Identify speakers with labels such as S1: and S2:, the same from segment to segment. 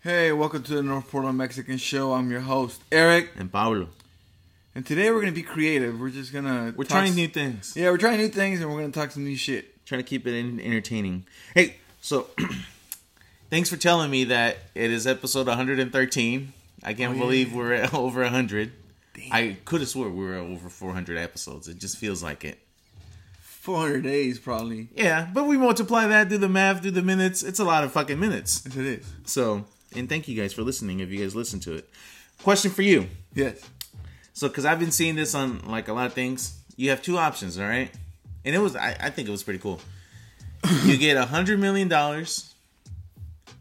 S1: Hey, welcome to the North Portland Mexican Show. I'm your host, Eric,
S2: And Pablo.
S1: and today we're gonna be creative. We're just gonna
S2: We're
S1: talk
S2: trying
S1: s-
S2: new things.
S1: yeah, we're trying new things, and we're gonna talk some new shit.
S2: Trying to keep it in- entertaining. Hey, so thanks for telling me that it is episode 113. I can't believe we're at over 100. I could have swore we were over 400 episodes. It just feels like it.
S1: 400 days, probably.
S2: Yeah, but we multiply that, do the math, do the minutes. It's a lot of fucking minutes.
S1: Yes, it is.
S2: So, and thank you guys for listening if you guys listen to it. Question for you.
S1: Yes.
S2: So, because I've been seeing this on like a lot of things, you have two options, all right? And it was, I, I think it was pretty cool. you get a hundred million dollars,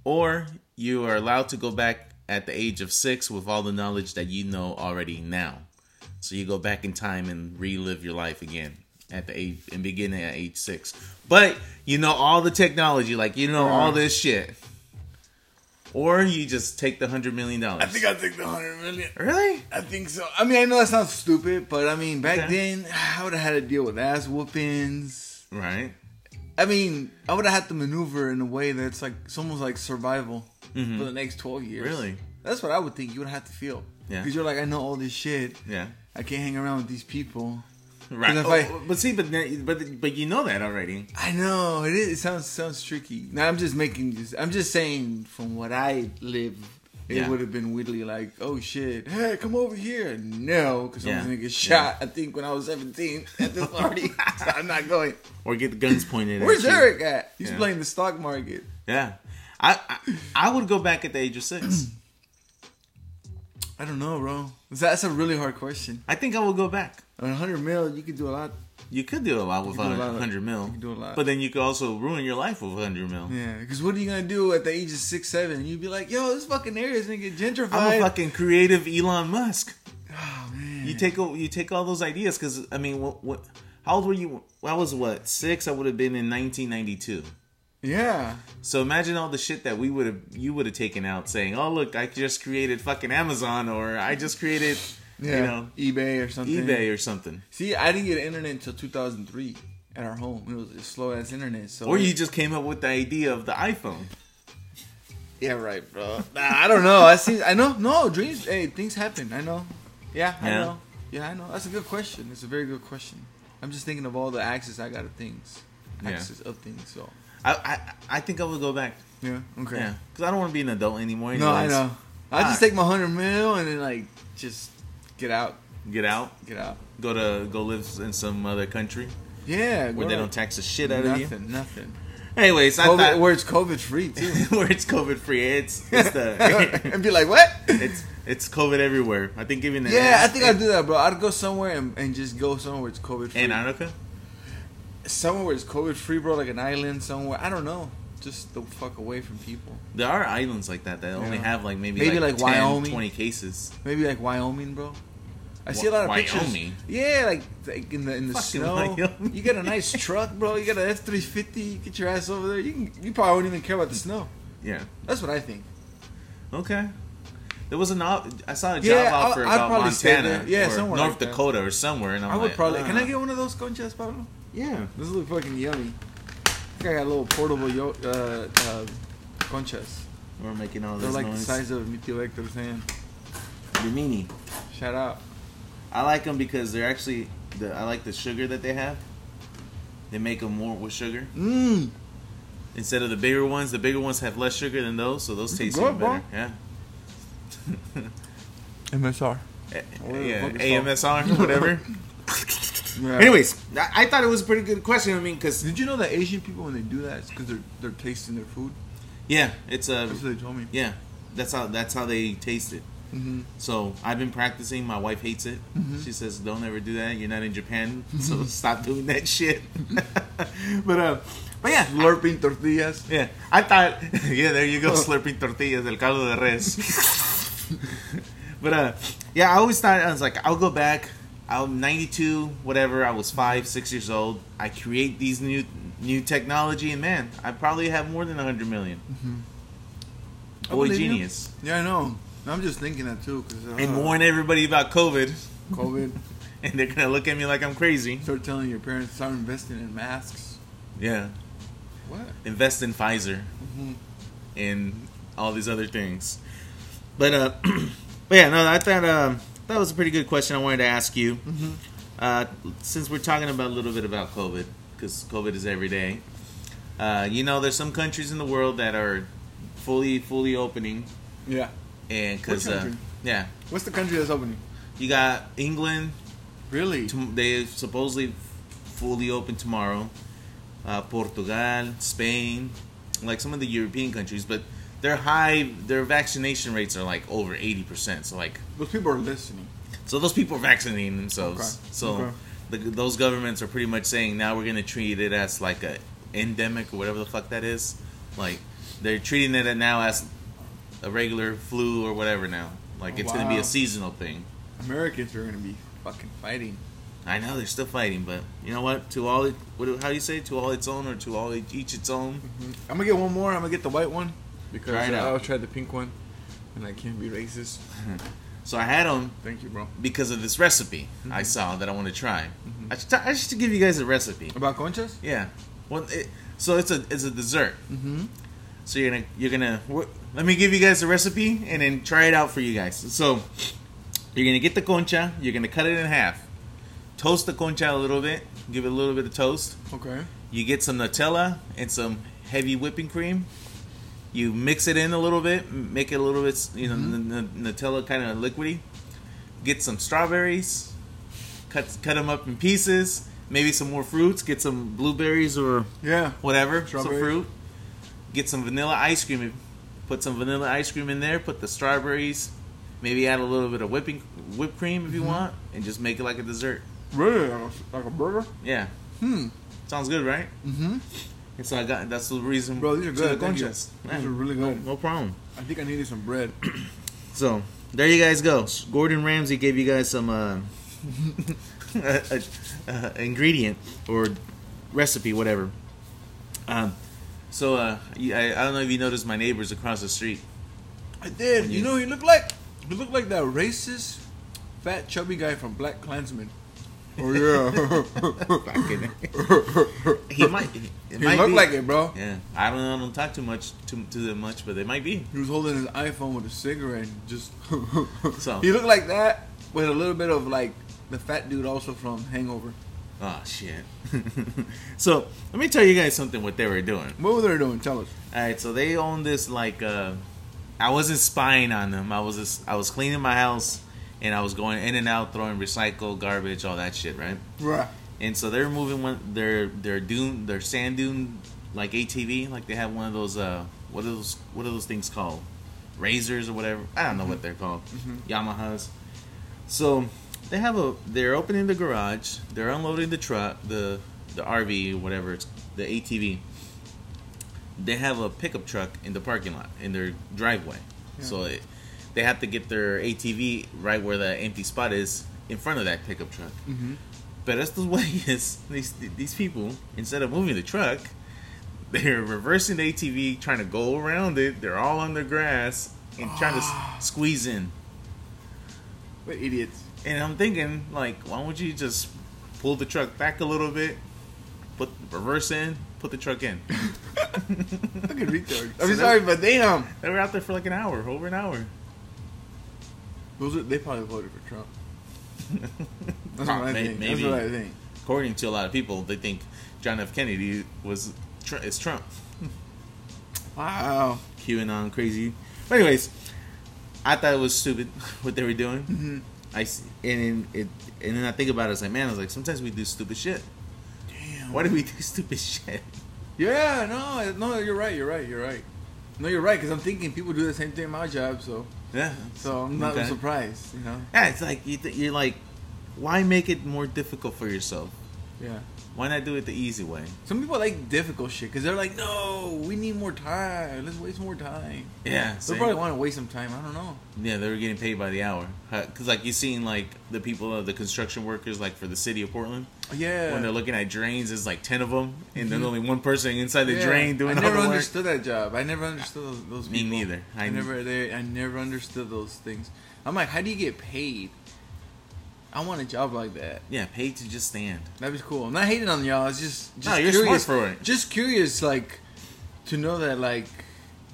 S2: or you are allowed to go back at the age of six with all the knowledge that you know already now. So you go back in time and relive your life again at the age and beginning at age six, but you know all the technology, like you know all this shit. Or you just take the hundred million dollars.
S1: I think I'll take the 100 million.
S2: really?
S1: I think so. I mean, I know that sounds stupid, but I mean, back
S2: Okay.
S1: then, I would have had to deal with ass whoopings.
S2: Right.
S1: I mean, I would have had to maneuver in a way that's like, it's almost like survival for the next 12 years.
S2: Really?
S1: That's what I would think you would have to feel.
S2: Yeah.
S1: Because you're like, I know all this shit.
S2: Yeah.
S1: I can't hang around with these people.
S2: Right.
S1: 'Cause if
S2: Oh,
S1: I-
S2: oh, but see, but then- but but you know that already.
S1: I know it is. It sounds sounds tricky. Now I'm just making this. I'm just saying from what I live, it
S2: Yeah.
S1: would have been weirdly like, oh shit, hey, come over here. No, because
S2: Yeah.
S1: someone's gonna get shot. I think when I was 17 at the party, so I'm not going.
S2: Or get the guns pointed.
S1: Where's
S2: at you.
S1: Eric at? He's
S2: Yeah.
S1: playing the stock market.
S2: Yeah. I, I I would go back at the age of six.
S1: I don't know, bro. That's a really hard question.
S2: I think I would go back.
S1: I mean, 100 mil, you could do a lot.
S2: You could do a lot with
S1: You could do a lot of-
S2: hundred mil.
S1: you could do a lot.
S2: But then you could also ruin your life with hundred mil.
S1: Yeah, because what are you gonna do at the age of six, seven? You'd be like, yo, this fucking area is gonna get gentrified.
S2: I'm a fucking creative Elon Musk.
S1: oh man.
S2: You take o- you take all those ideas because I mean, what, what? How old were you? I was what six? I would have been in 1992.
S1: yeah.
S2: So imagine all the shit that we would have you would have taken out saying, "Oh look, I just created fucking Amazon," or "I just created,
S1: Yeah.
S2: you know,
S1: eBay or something.
S2: eBay or something,"
S1: See, I didn't get internet until 2003 at our home. It was slow ass internet. So
S2: or you just came up with the idea of the iPhone.
S1: yeah, right, bro. Nah, I don't know. I see. I know. No dreams. Hey, things happen. I know. Yeah, I
S2: Yeah.
S1: know. Yeah, I know. That's a good question. It's a very good question. I'm just thinking of all the access I got of things,
S2: Yeah.
S1: access of things. So
S2: I I, I think I would go back,
S1: yeah, okay.
S2: yeah, because I don't want to be an adult anymore.
S1: No, I
S2: anyways. Ah.
S1: know. I just
S2: Alright.
S1: take my hundred mil and then like just get out,
S2: Get out,
S1: get out.
S2: go to go live in some other country
S1: Yeah,
S2: where
S1: go
S2: they
S1: to-
S2: don't tax the shit out of you.
S1: nothing, nothing.
S2: Anyways, I
S1: COVID,
S2: thought
S1: where it's COVID free too.
S2: where it's COVID free, it's it's the
S1: and be like, what?
S2: it's it's COVID everywhere. I think even the
S1: Yeah, I think I'd do that, bro. I'd go somewhere and, and just go somewhere where it's COVID free.
S2: Antarctica.
S1: somewhere where it's COVID free, bro, like an island somewhere. I don't know. Just the fuck away from people.
S2: There are islands like that that only
S1: Yeah.
S2: have like maybe,
S1: Maybe
S2: like,
S1: like
S2: 10,
S1: Wyoming.
S2: 20 cases.
S1: Maybe like Wyoming, bro. I see a
S2: Wy-
S1: lot of pictures.
S2: Wyoming?
S1: Yeah, like, like in the in the
S2: Fucking
S1: snow.
S2: Wyoming.
S1: You got a nice truck, bro. You got an F three fifty. Get your ass over there. You can, you probably wouldn't even care about the snow.
S2: Yeah.
S1: That's what I think.
S2: Okay. There was an op- I saw a job
S1: Yeah, I'll-
S2: offer
S1: I'd
S2: about
S1: probably stay
S2: Montana,
S1: there. Yeah,
S2: or
S1: somewhere
S2: North
S1: like that.
S2: Dakota, or somewhere. And I'm
S1: i would
S2: like,
S1: probably. Can
S2: ah.
S1: I get one of those conchas, Pablo?
S2: Yeah.
S1: This look fucking yummy. I think I got a little portable yo- uh, uh, conchas.
S2: We're making all
S1: They're
S2: this
S1: like the
S2: noise.
S1: size of mi tío Hector's hand.
S2: They're meanie.
S1: Shout out.
S2: I like them because they're actually. The, I like the sugar that they have. They make them more with sugar
S1: Mmm.
S2: instead of the bigger ones. The bigger ones have less sugar than those, so those taste
S1: good,
S2: even
S1: bro.
S2: better. Yeah.
S1: MSR.
S2: Eh,
S1: Or
S2: yeah.
S1: fucking
S2: AMSR, whatever.
S1: Yeah.
S2: Anyways, I, I thought it was a pretty good question. I mean, because
S1: Did you know that Asian people when they do that, it's because they're they're tasting their food.
S2: Yeah, it's a
S1: That's what they told me.
S2: yeah. That's how that's how they taste it.
S1: Mm-hmm.
S2: So I've been practicing. My wife hates it. She says, "Don't ever do that. You're not in Japan, so stop doing that shit." but uh, but yeah, I-
S1: Slurping tortillas.
S2: yeah. I thought yeah. There you go, slurping tortillas del caldo de res. but uh, yeah. I always thought I was like, I'll go back. I'm 92, whatever. I was five, six years old. I create these new new technology, and man, I probably have more than 100 million.
S1: I
S2: Boy,
S1: believe you.
S2: genius.
S1: Yeah, I know. I'm just thinking that too, because uh,
S2: and warn everybody about COVID,
S1: COVID.
S2: and they're gonna look at me like I'm crazy.
S1: Start telling your parents start investing in masks.
S2: Yeah,
S1: What?
S2: invest in Pfizer and all these other things. But uh, but yeah, no, I thought um, that was a pretty good question I wanted to ask you. Uh, since we're talking about a little bit about COVID, because COVID is every day. Uh, you know, there's some countries in the world that are fully fully opening,
S1: Yeah.
S2: and because
S1: Which
S2: uh,
S1: country?
S2: yeah,
S1: What's the country that's opening?
S2: you got England.
S1: Really?
S2: tom- They supposedly fully open tomorrow. Uh, Portugal, Spain, like some of the European countries, but their high their vaccination rates are like over eighty percent. So like
S1: Those people are listening.
S2: so those people are vaccinating themselves.
S1: Okay.
S2: So
S1: Okay.
S2: The, those governments are pretty much saying now we're going to treat it as like a endemic or whatever the fuck that is. Like they're treating it now as a regular flu or whatever now. Like it's going to be
S1: Wow.
S2: a seasonal thing.
S1: Americans are gonna be fucking fighting.
S2: I know they're still fighting, but you know what? To all, it, what, do- how do you say? To all its own, or to all each its own?
S1: I'm gonna Mm-hmm. get one more. I'm gonna get the white one because
S2: Try it
S1: I
S2: out.
S1: always tried the pink one, and I can't be racist.
S2: So I had them
S1: Thank you, bro.
S2: because of this recipe I saw that I want to try. I, should t- I should give you guys a recipe.
S1: About conchas?
S2: Yeah. Well, it, so it's a it's a dessert.
S1: Mm-hmm.
S2: So you're gonna you're gonna wh- let me give you guys the recipe and then try it out for you guys. So you're gonna get the concha. You're gonna cut it in half. Toast the concha a little bit. Give it a little bit of toast.
S1: Okay.
S2: You get some Nutella and some heavy whipping cream. You mix it in a little bit, m- make it a little bit, you know, n- n- Nutella kind of liquidy. Get some strawberries, cut cut them up in pieces. Maybe some more fruits. Get some blueberries or
S1: Yeah.
S2: whatever, some
S1: Strawberry.
S2: fruit. Get some vanilla ice cream. Put some vanilla ice cream in there. Put the strawberries. Maybe add a little bit of whipping whipped cream if you want, and just make it like a dessert.
S1: Really? Like a, like a burger?
S2: Yeah,
S1: Hmm.
S2: sounds good, right?
S1: Mm-hmm.
S2: And so I got that's the reason.
S1: Bro, these are
S2: to
S1: good.
S2: the
S1: Thank you.
S2: conchas.
S1: These
S2: Yeah,
S1: are really good.
S2: no problem.
S1: I think I needed some bread.
S2: So there you guys go. Gordon Ramsay gave you guys some uh, a, a, a ingredient or recipe, whatever. Um, so uh, you- I, I don't know if you noticed my neighbors across the street.
S1: I did. You,
S2: you-
S1: know, he looked like he looked like that racist, fat, chubby guy from Black Klansman. Oh yeah.
S2: Fucking-
S1: he
S2: he might. It might
S1: looked
S2: be.
S1: like it, bro.
S2: Yeah, I don't. I don't talk too much to, to them much, but they might be.
S1: He was holding his iPhone with a cigarette and just.
S2: So.
S1: He looked like that with a little bit of like the fat dude also from Hangover.
S2: Oh shit. so let me tell you guys something. What they were doing.
S1: What were they doing? Tell us.
S2: All right, so they own this like uh I wasn't spying on them. I was just, I was cleaning my house and I was going in and out throwing recycle, garbage, all that shit, right?
S1: Right.
S2: And so they're moving one their their dune their sand dune like ATV, like they have one of those uh what are those what are those things called? Razors or whatever. I don't know what they're called. Yamahas. So they have a they're opening the garage, they're unloading the truck, the the RV, whatever it's the ATV. They have a pickup truck in the parking lot in their driveway.
S1: Yeah.
S2: So it, they have to get their ATV right where the empty spot is in front of that pickup truck.
S1: Mm-hmm.
S2: But that's the way is these these people instead of moving the truck, they're reversing the ATV, trying to go around it. They're all on the grass and trying to
S1: Ah.
S2: s- squeeze in.
S1: What idiots.
S2: And I'm thinking, like, why don't you just pull the truck back a little bit, put reverse in, put the truck in?
S1: Fucking retards.
S2: So
S1: I'm
S2: that-
S1: sorry, but um, damn.
S2: They were out there for like an hour, over an hour.
S1: Those are, they probably voted for Trump. That's
S2: Ah,
S1: what I
S2: may-
S1: think.
S2: maybe.
S1: That's what I think.
S2: According to a lot of people, they think John F. Kennedy was tr- is Trump.
S1: Wow.
S2: QAnon crazy. But anyways, I thought it was stupid what they were doing. Mm-hmm. I s- and then it and then I think about it. I was like, man, I was like, sometimes we do stupid shit.
S1: Damn.
S2: Why do we do stupid shit?
S1: Yeah, no, no, you're right, you're right, you're right. No, you're right, because I'm thinking people do the same thing in my job, so
S2: Yeah.
S1: so I'm not
S2: Okay.
S1: surprised, you know?
S2: Yeah, it's like you th- you're like, why make it more difficult for yourself?
S1: Yeah.
S2: Why not do it the easy way?
S1: Some people like difficult shit, because they're like, no, we need more time. Let's waste more time.
S2: Yeah.
S1: They
S2: same.
S1: probably want to waste some time. I don't know.
S2: Yeah, they were getting paid by the hour. Because like you seen like the people, uh, the construction workers, like for the city of Portland.
S1: Yeah. Mm-hmm.
S2: When they're looking at drains, there's like ten of them, and there's only one person inside the
S1: Yeah.
S2: drain
S1: I
S2: doing all
S1: never
S2: the work.
S1: understood that job. I never understood those, those
S2: Me
S1: people.
S2: neither.
S1: I,
S2: I-
S1: never they, I never understood those things. I'm like, how do you get paid? I want a job like that.
S2: Yeah, paid to just stand.
S1: That'd be cool. I'm not hating on y'all. It's just, just
S2: No, you're smart
S1: curious.
S2: for it.
S1: Just curious, like to know that, like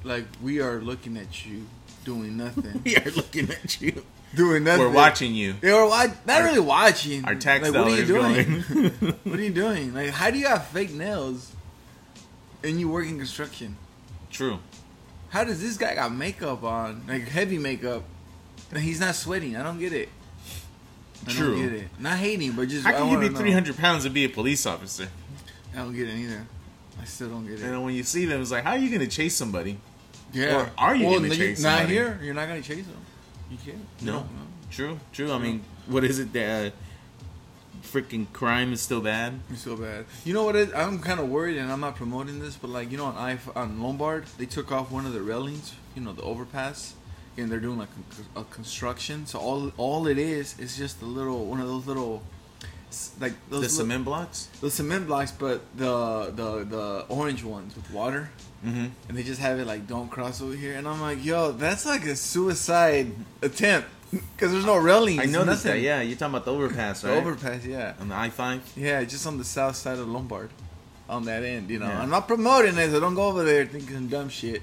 S1: like we are looking at you doing nothing,
S2: We are looking at you.
S1: doing nothing.
S2: We're watching you.
S1: They were watch- not really watching.
S2: Our tax
S1: like, what are you
S2: dollars
S1: doing?
S2: going.
S1: what are you doing? Like, how do you have fake nails and you work in construction?
S2: True.
S1: How does this guy got makeup on, like heavy makeup, and he's not sweating? I don't get it. I
S2: True.
S1: Don't get it. Not hating, but just
S2: How
S1: I
S2: can you
S1: wanna
S2: be
S1: know.
S2: 300 pounds and be a police officer?
S1: I don't get it either. I still don't get it.
S2: And then when you see them, it's like, how are you going to chase somebody?
S1: Yeah.
S2: Or are you gonna
S1: no,
S2: chase
S1: Not
S2: somebody?
S1: here. You're not gonna chase them. You can't.
S2: No. True. True. I mean, what is it that uh, freaking crime is still bad?
S1: It's so bad. You know what? It, I'm kind of worried, and I'm not promoting this, but like you know, on I on Lombard, they took off one of the railings, you know, the overpass, and they're doing like a, a construction. So all all it is is just a little one of those little, s- like those li-
S2: The cement blocks?
S1: the cement blocks, but the the the orange ones with water,
S2: Mm-hmm.
S1: and they just have it like don't cross over here, and I'm like, yo, that's like a suicide attempt because there's no railings.
S2: I noticed that.
S1: nothing.
S2: Yeah, you're talking about the overpass,
S1: The
S2: right?
S1: overpass, yeah.
S2: on the I five.
S1: Yeah, just on the south side of Lombard, on that end. You know,
S2: Yeah.
S1: I'm not promoting it, so don't go over there thinking dumb shit.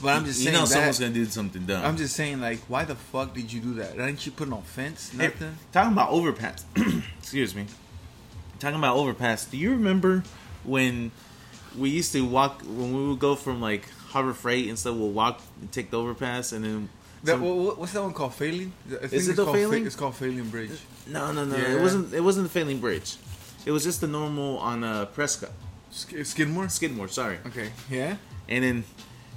S1: But I'm just
S2: You
S1: saying
S2: know,
S1: that.
S2: someone's gonna do something dumb.
S1: I'm just saying, like, why the fuck did you do that? Didn't you put no fence?
S2: Hey,
S1: Nothing.
S2: talking about overpass. excuse me. Talking about overpass. Do you remember when we used to walk when we would go from like Harbor Freight and stuff? We'll walk, take the overpass, and then
S1: that,
S2: some-
S1: wha- wha- what's that one called? Failing? I think
S2: it
S1: it's
S2: the
S1: called Fa-
S2: Failing?
S1: it's called Failing Bridge.
S2: no, no, no.
S1: Yeah.
S2: It wasn't. It wasn't the Failing Bridge. It was just the normal on uh, Prescott
S1: Sk- Skidmore.
S2: Skidmore. Sorry.
S1: Okay. Yeah.
S2: And then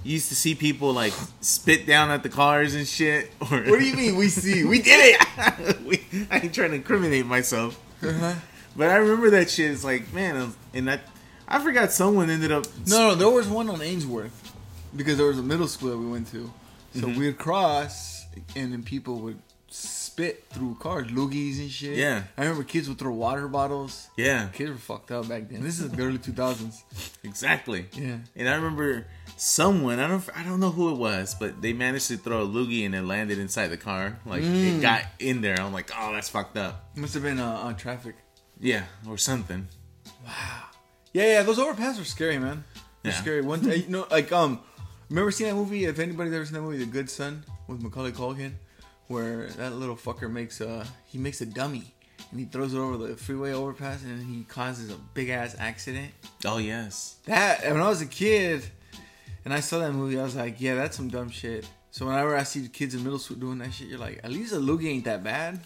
S2: you used to see people like spit down at the cars and shit. Or
S1: What do you mean? We see. We did it.
S2: we, I ain't trying to incriminate myself.
S1: Uh-huh.
S2: But I remember that shit. It's like, man, um, and I, I forgot someone ended up.
S1: No, no, there was one on Ainsworth because there was a middle school that we went to. So we'd cross, and then people would spit through cars, loogies and shit.
S2: Yeah.
S1: I remember kids would throw water bottles.
S2: Yeah,
S1: Kids were fucked up back then. This is the early 2000s.
S2: exactly.
S1: Yeah.
S2: And I remember someone. I don't. I don't know who it was, but they managed to throw a loogie and it landed inside the car. Like
S1: Mm.
S2: it got in there. I'm like, oh, that's fucked up.
S1: Must have been uh, on traffic.
S2: Yeah, or something.
S1: Yeah, yeah, those overpasses are scary, man. They're
S2: Yeah.
S1: scary. One day, you know, like, um, remember seeing that movie? If anybody's ever seen that movie, The Good Son with Macaulay Culkin, where that little fucker makes a he makes a dummy and he throws it over the freeway overpass and he causes a big ass accident.
S2: Oh yes.
S1: That and when I was a kid, and I saw that movie, I was like, yeah, that's some dumb shit. So whenever I see the kids in middle school doing that shit, you're like, at least a loogie ain't that bad.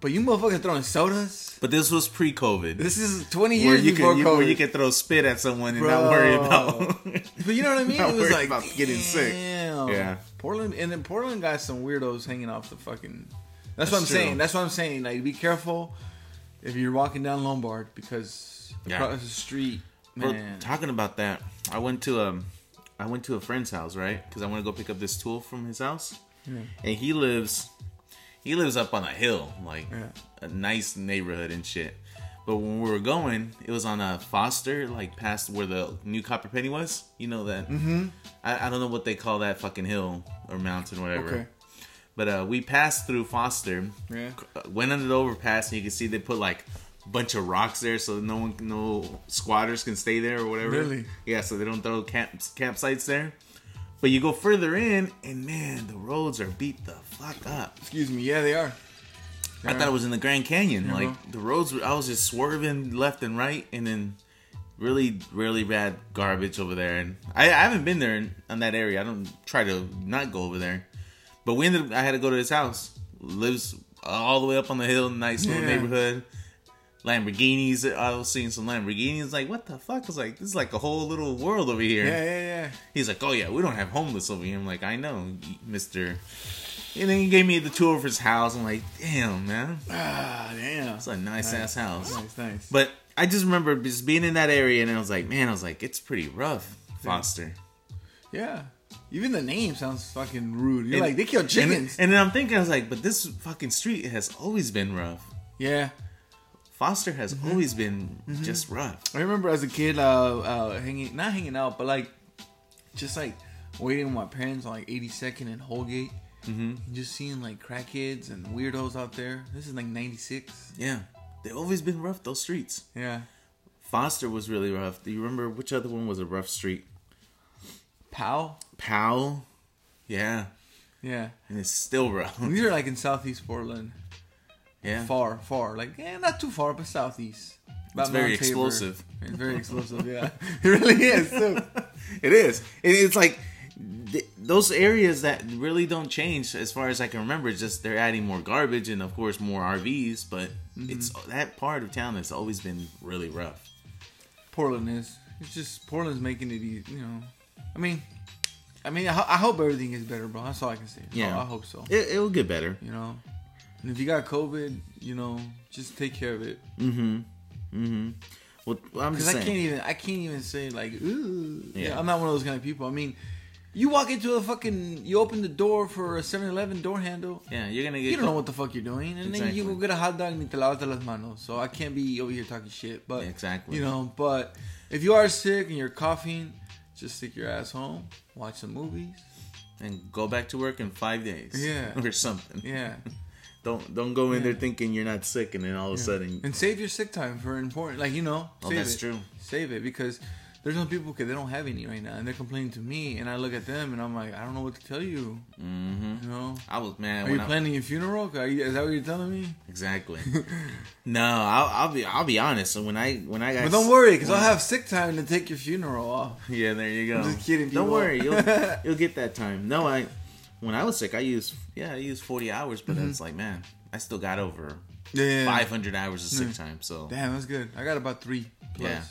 S1: But you motherfuckers throwing sodas.
S2: But this was pre-COVID.
S1: This is 20
S2: Where
S1: years
S2: you
S1: before
S2: could you-
S1: COVID.
S2: where you could throw spit at someone and not worry about.
S1: But you know what I mean?
S2: Not
S1: it was
S2: worried
S1: like
S2: about getting sick.
S1: damn.
S2: Yeah.
S1: Portland and then Portland got some weirdos hanging off the fucking. That's, what I'm
S2: That's true.
S1: saying. That's what I'm saying. Like, be careful if you're walking down Lombard because
S2: Yeah.
S1: across the street,
S2: Bro,
S1: man.
S2: talking about that, I went to um, I went to a friend's house, right? Because I want to go pick up this tool from his house, and he lives, he lives up on a hill, like
S1: Yeah.
S2: a nice neighborhood and shit. But when we were going, it was on a Foster, like past where the new Copper Penny was. You know that? Mm-hmm. I, I don't know what they call that fucking hill or mountain, whatever.
S1: Okay.
S2: But uh, we passed through Foster,
S1: Yeah.
S2: c- went under the overpass, and you can see they put like a bunch of rocks there, so no one, no squatters can stay there or whatever.
S1: Really?
S2: Yeah, so they don't throw camps, campsites there. But you go further in, and man, the roads are beat the fuck up.
S1: Excuse me. Yeah, they are.
S2: I thought it was in the Grand Canyon.
S1: Yeah,
S2: like
S1: bro.
S2: the roads, were, I was just swerving left and right, and then really, really bad garbage over there. And I, I haven't been there in, on that area. I don't try to not go over there. But we ended. up- I had to go to his house. Lives all the way up on the hill, nice little
S1: Yeah.
S2: neighborhood. Lamborghinis. I was seeing some Lamborghinis. Like, what the fuck? I was like, this is like a whole little world over here.
S1: Yeah, yeah, yeah.
S2: He's like, oh yeah, we don't have homeless over here. I'm like, I know, Mister. And then he gave me the tour of his house. I'm like, damn, man.
S1: Ah, damn.
S2: It's a nice ass house.
S1: Nice, nice.
S2: But I just remember just being in that area and I was like, man, I was like, it's pretty rough, Foster.
S1: yeah. Even the name sounds fucking rude. You're
S2: And-
S1: like, they kill chickens.
S2: And, and then I'm thinking, I was like, but this fucking street has always been rough.
S1: yeah.
S2: Foster has
S1: Mm-hmm.
S2: always been just rough.
S1: I remember as a kid, uh, uh, hanging not hanging out, but like just like waiting with my parents on like 82nd and Holgate, mm-hmm. and just seeing like crackheads and weirdos out there. This is like '96.
S2: Yeah. They've always been rough, those streets.
S1: Yeah,
S2: Foster was really rough. Do you remember which other one was a rough street?
S1: Pow.
S2: How? Yeah.
S1: Yeah.
S2: And it's still bro.
S1: And these are like in southeast Portland.
S2: yeah.
S1: Far, far. Like, eh, not too far, but southeast. About
S2: It's very
S1: Mount Tabor.
S2: explosive.
S1: It's very explosive, yeah. It really is, too.
S2: It is. It, it's like th- those areas that really don't change as far as I can remember. It's just they're adding more garbage and of course more RVs, but
S1: Mm-hmm.
S2: it's that part of town that's always been really rough.
S1: Portland is. It's just Portland's making it, e- you know. I mean, I mean, I, ho- I hope everything is better, bro. That's all I can say.
S2: Yeah.
S1: I, I hope so.
S2: It, it'll get better.
S1: You know, and if you got COVID, you know, just take care of it.
S2: Well, I'm
S1: Because
S2: just
S1: I can't
S2: saying.
S1: even, I can't even say like, ooh. Yeah.
S2: Yeah.
S1: I'm not one of those kind of people. I mean, you walk into a fucking, you open the door for a 7-Eleven door handle.
S2: Yeah, you're gonna get.
S1: You don't know what the fuck you're doing, and then you go
S2: Exactly.
S1: get a hot dog and te lavas de las manos. So I can't be over here talking shit, but
S2: Exactly.
S1: you know. But if you are sick and you're coughing, just stick your ass home, watch some movies.
S2: and go back to work in five days.
S1: Yeah.
S2: or something.
S1: Yeah,
S2: Don't don't go in
S1: Yeah.
S2: there thinking you're not sick, and then all of a sudden,
S1: and save your sick time for important, like you know.
S2: Oh,
S1: save
S2: that's
S1: it.
S2: true.
S1: Save it because there's some people because they don't have any right now, and they're complaining to me, and I look at them and I'm like, I don't know what to tell you.
S2: hmm
S1: You know.
S2: I was man.
S1: Are you
S2: when I-
S1: planning a funeral? Are you, is that what you're telling me?
S2: Exactly. no, I'll, I'll be I'll be honest. So when I when I got
S1: But don't worry, because I'll have sick time to take your funeral off.
S2: Yeah, there you go.
S1: I'm just kidding,
S2: Don't
S1: people.
S2: worry, you'll you'll get that time. No, I when I was sick, I used yeah, I used forty hours, but it's like man, I still got over
S1: Mm-hmm. Yeah.
S2: five hundred hours of sick
S1: Yeah.
S2: time. So
S1: Damn, that's good. I got about three plus.
S2: Yeah.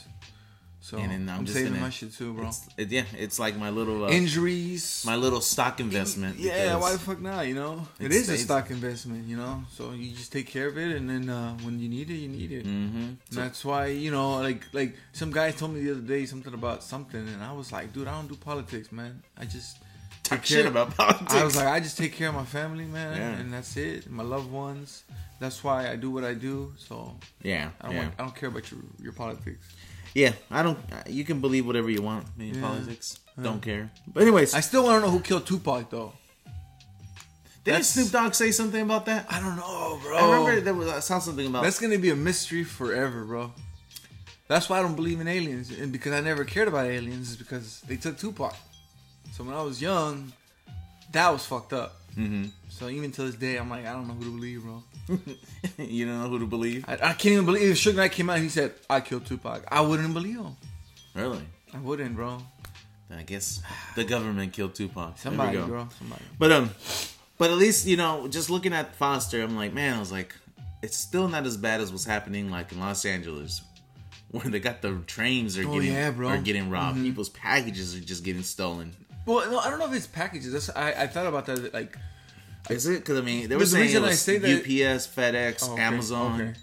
S1: So
S2: And then I'm
S1: I'm,
S2: just
S1: saving
S2: gonna-
S1: my shit too, bro.
S2: it's, it, yeah, it's like my little uh,
S1: Injuries.
S2: my little stock investment.
S1: yeah,
S2: because-
S1: why the fuck not? You know, it
S2: It's-
S1: is a
S2: it's-
S1: stock investment. You know, so you just take care of it, and then uh, when you need it, you need it.
S2: Mhm.
S1: And that's why you know, like like some guy told me the other day something about something, and I was like, dude, I don't do politics, man. I just
S2: Talk
S1: take
S2: shit
S1: care-
S2: about politics.
S1: I was like, I just take care of my family, man,
S2: Yeah.
S1: and that's it. My loved ones. That's why I do what I do. So
S2: yeah,
S1: I don't
S2: yeah,
S1: want, I don't care about your your politics.
S2: yeah. I don't. You can believe whatever you want in
S1: Yeah.
S2: politics. Don't care. But anyways,
S1: I still want to know who killed Tupac though.
S2: didn't
S1: that's-
S2: Snoop Dogg say something about that?
S1: I don't know, bro.
S2: I remember there was I saw something about
S1: That's gonna be a mystery forever, bro. That's why I don't believe in aliens, and because I never cared about aliens, is because they took Tupac. So when I was young, that was fucked up.
S2: Mhm.
S1: So even to this day, I'm like, I don't know who to believe, bro.
S2: you don't know who to believe.
S1: I, I can't even believe if Suge Knight came out and he said I killed Tupac. I wouldn't believe him.
S2: Really.
S1: I wouldn't, bro.
S2: Then I guess the government killed Tupac. There we
S1: Somebody,
S2: go.
S1: bro. Somebody.
S2: But um, but at least you know, just looking at Foster, I'm like, man, I was like, it's still not as bad as what's happening like in Los Angeles, where they got the trains are
S1: Oh,
S2: getting
S1: yeah, bro. Mm-hmm.
S2: are getting robbed, people's packages are just getting stolen.
S1: Well, no, I don't know if it's packages. That's, I I thought about that. Like,
S2: Is it? Because I mean, there
S1: But
S2: was
S1: the
S2: saying it
S1: reason I
S2: was
S1: say that-
S2: UPS, FedEx,
S1: Oh, okay,
S2: Amazon.
S1: okay.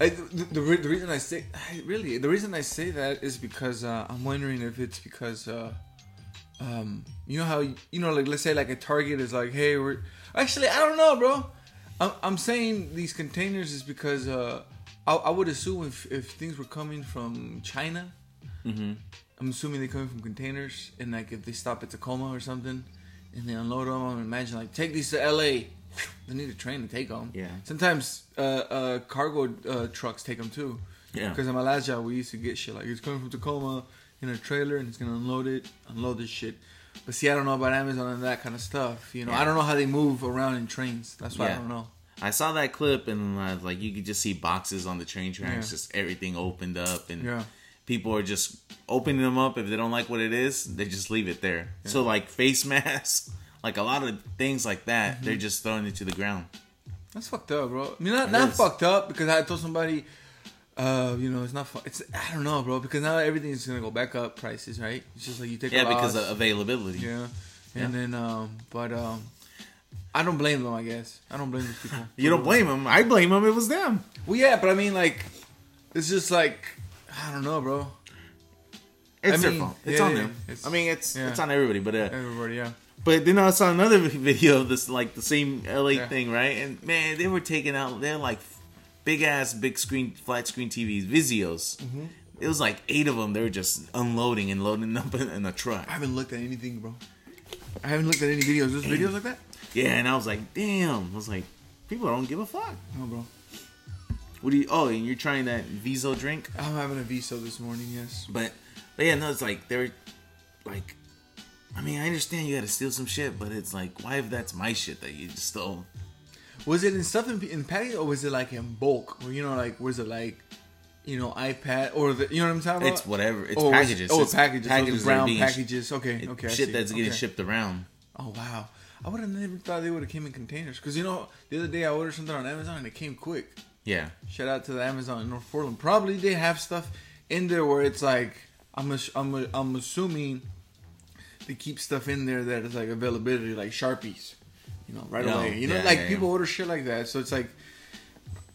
S1: I, the, the, re- the reason I say I, really the reason I say that is because uh, I'm wondering if it's because uh, um, you know how you know like let's say like a Target is like hey we're actually I don't know bro I'm, I'm saying these containers is because uh, I, I would assume if, if things were coming from China
S2: Mm-hmm.
S1: I'm assuming they're coming from containers, and like if they stop at Tacoma or something, and they unload them, I'm imagine like take these to L.A. They need a train to take them.
S2: Yeah.
S1: Sometimes uh, uh, cargo uh, trucks take them too.
S2: Yeah.
S1: Because in my last job, we used to get shit like it's coming from Tacoma in a trailer, and it's gonna unload it, unload this shit. But see, I don't know about Amazon and that kind of stuff. You know,
S2: Yeah.
S1: I don't know how they move around in trains. That's why
S2: Yeah.
S1: I don't know.
S2: I saw that clip and uh, like you could just see boxes on the train tracks,
S1: Yeah.
S2: just everything opened up and
S1: Yeah.
S2: people are just opening them up. If they don't like what it is, they just leave it there. So like face masks, like a lot of things like that,
S1: Mm-hmm.
S2: they're just throwing it to the ground.
S1: That's fucked up, bro. I mean, not,
S2: It
S1: not
S2: is.
S1: fucked up because I told somebody, uh, you know, it's not. Fu- it's I don't know, bro. Because now everything's gonna go back up prices, right? It's just like you take a
S2: Yeah,
S1: loss,
S2: because of availability.
S1: yeah, and then um, but um, I don't blame them. I guess I don't blame these people.
S2: You don't blame them. I blame them. It was them.
S1: Well, yeah, but I mean, like, it's just like I don't know, bro.
S2: It's
S1: I
S2: their
S1: mean,
S2: fault. It's
S1: yeah,
S2: on
S1: yeah,
S2: them.
S1: it's-
S2: I mean, it's
S1: yeah.
S2: it's on everybody. But uh,
S1: Everybody, yeah.
S2: but then I saw another video of this like the same LA
S1: Yeah.
S2: thing, right? And man, they were taking out they're like big ass big screen flat screen TVs, Vizios.
S1: Mm-hmm.
S2: It was like eight of them. They were just unloading and loading up in, in a truck.
S1: I haven't looked at anything, bro. I haven't looked at any videos. There's videos like that?
S2: Yeah, and I was like, damn. I was like, people don't give a fuck.
S1: No, bro.
S2: What do you? Oh, and you're trying that Vizo drink,
S1: I'm having a viso this morning. Yes.
S2: but but yeah, no, it's like they're like I mean, I understand you got to steal some shit, but it's like, why if that's my shit that you just stole?
S1: Was it in stuff in, in patty or was it like in bulk? Or you know, like was it like, you know, iPad or the you know what I'm talking about?
S2: It's whatever. It's
S1: Oh, was it-
S2: packages.
S1: Oh,
S2: It's
S1: packages. Packages.
S2: that are
S1: brown
S2: being sh-
S1: packages. Okay.
S2: it-
S1: okay. I
S2: shit
S1: see.
S2: that's getting
S1: Okay.
S2: shipped around.
S1: Oh wow! I would have never thought they would have came in containers. Cause you know, the other day I ordered something on Amazon and it came quick.
S2: Yeah.
S1: Shout out to the Amazon in North Portland. Probably they have stuff in there where it's like I'm ass- I'm I'm assuming they keep stuff in there that is like availability, like sharpies, you know, right
S2: Yeah.
S1: away. You know,
S2: Yeah,
S1: like
S2: yeah, yeah.
S1: people order shit like that, so it's like.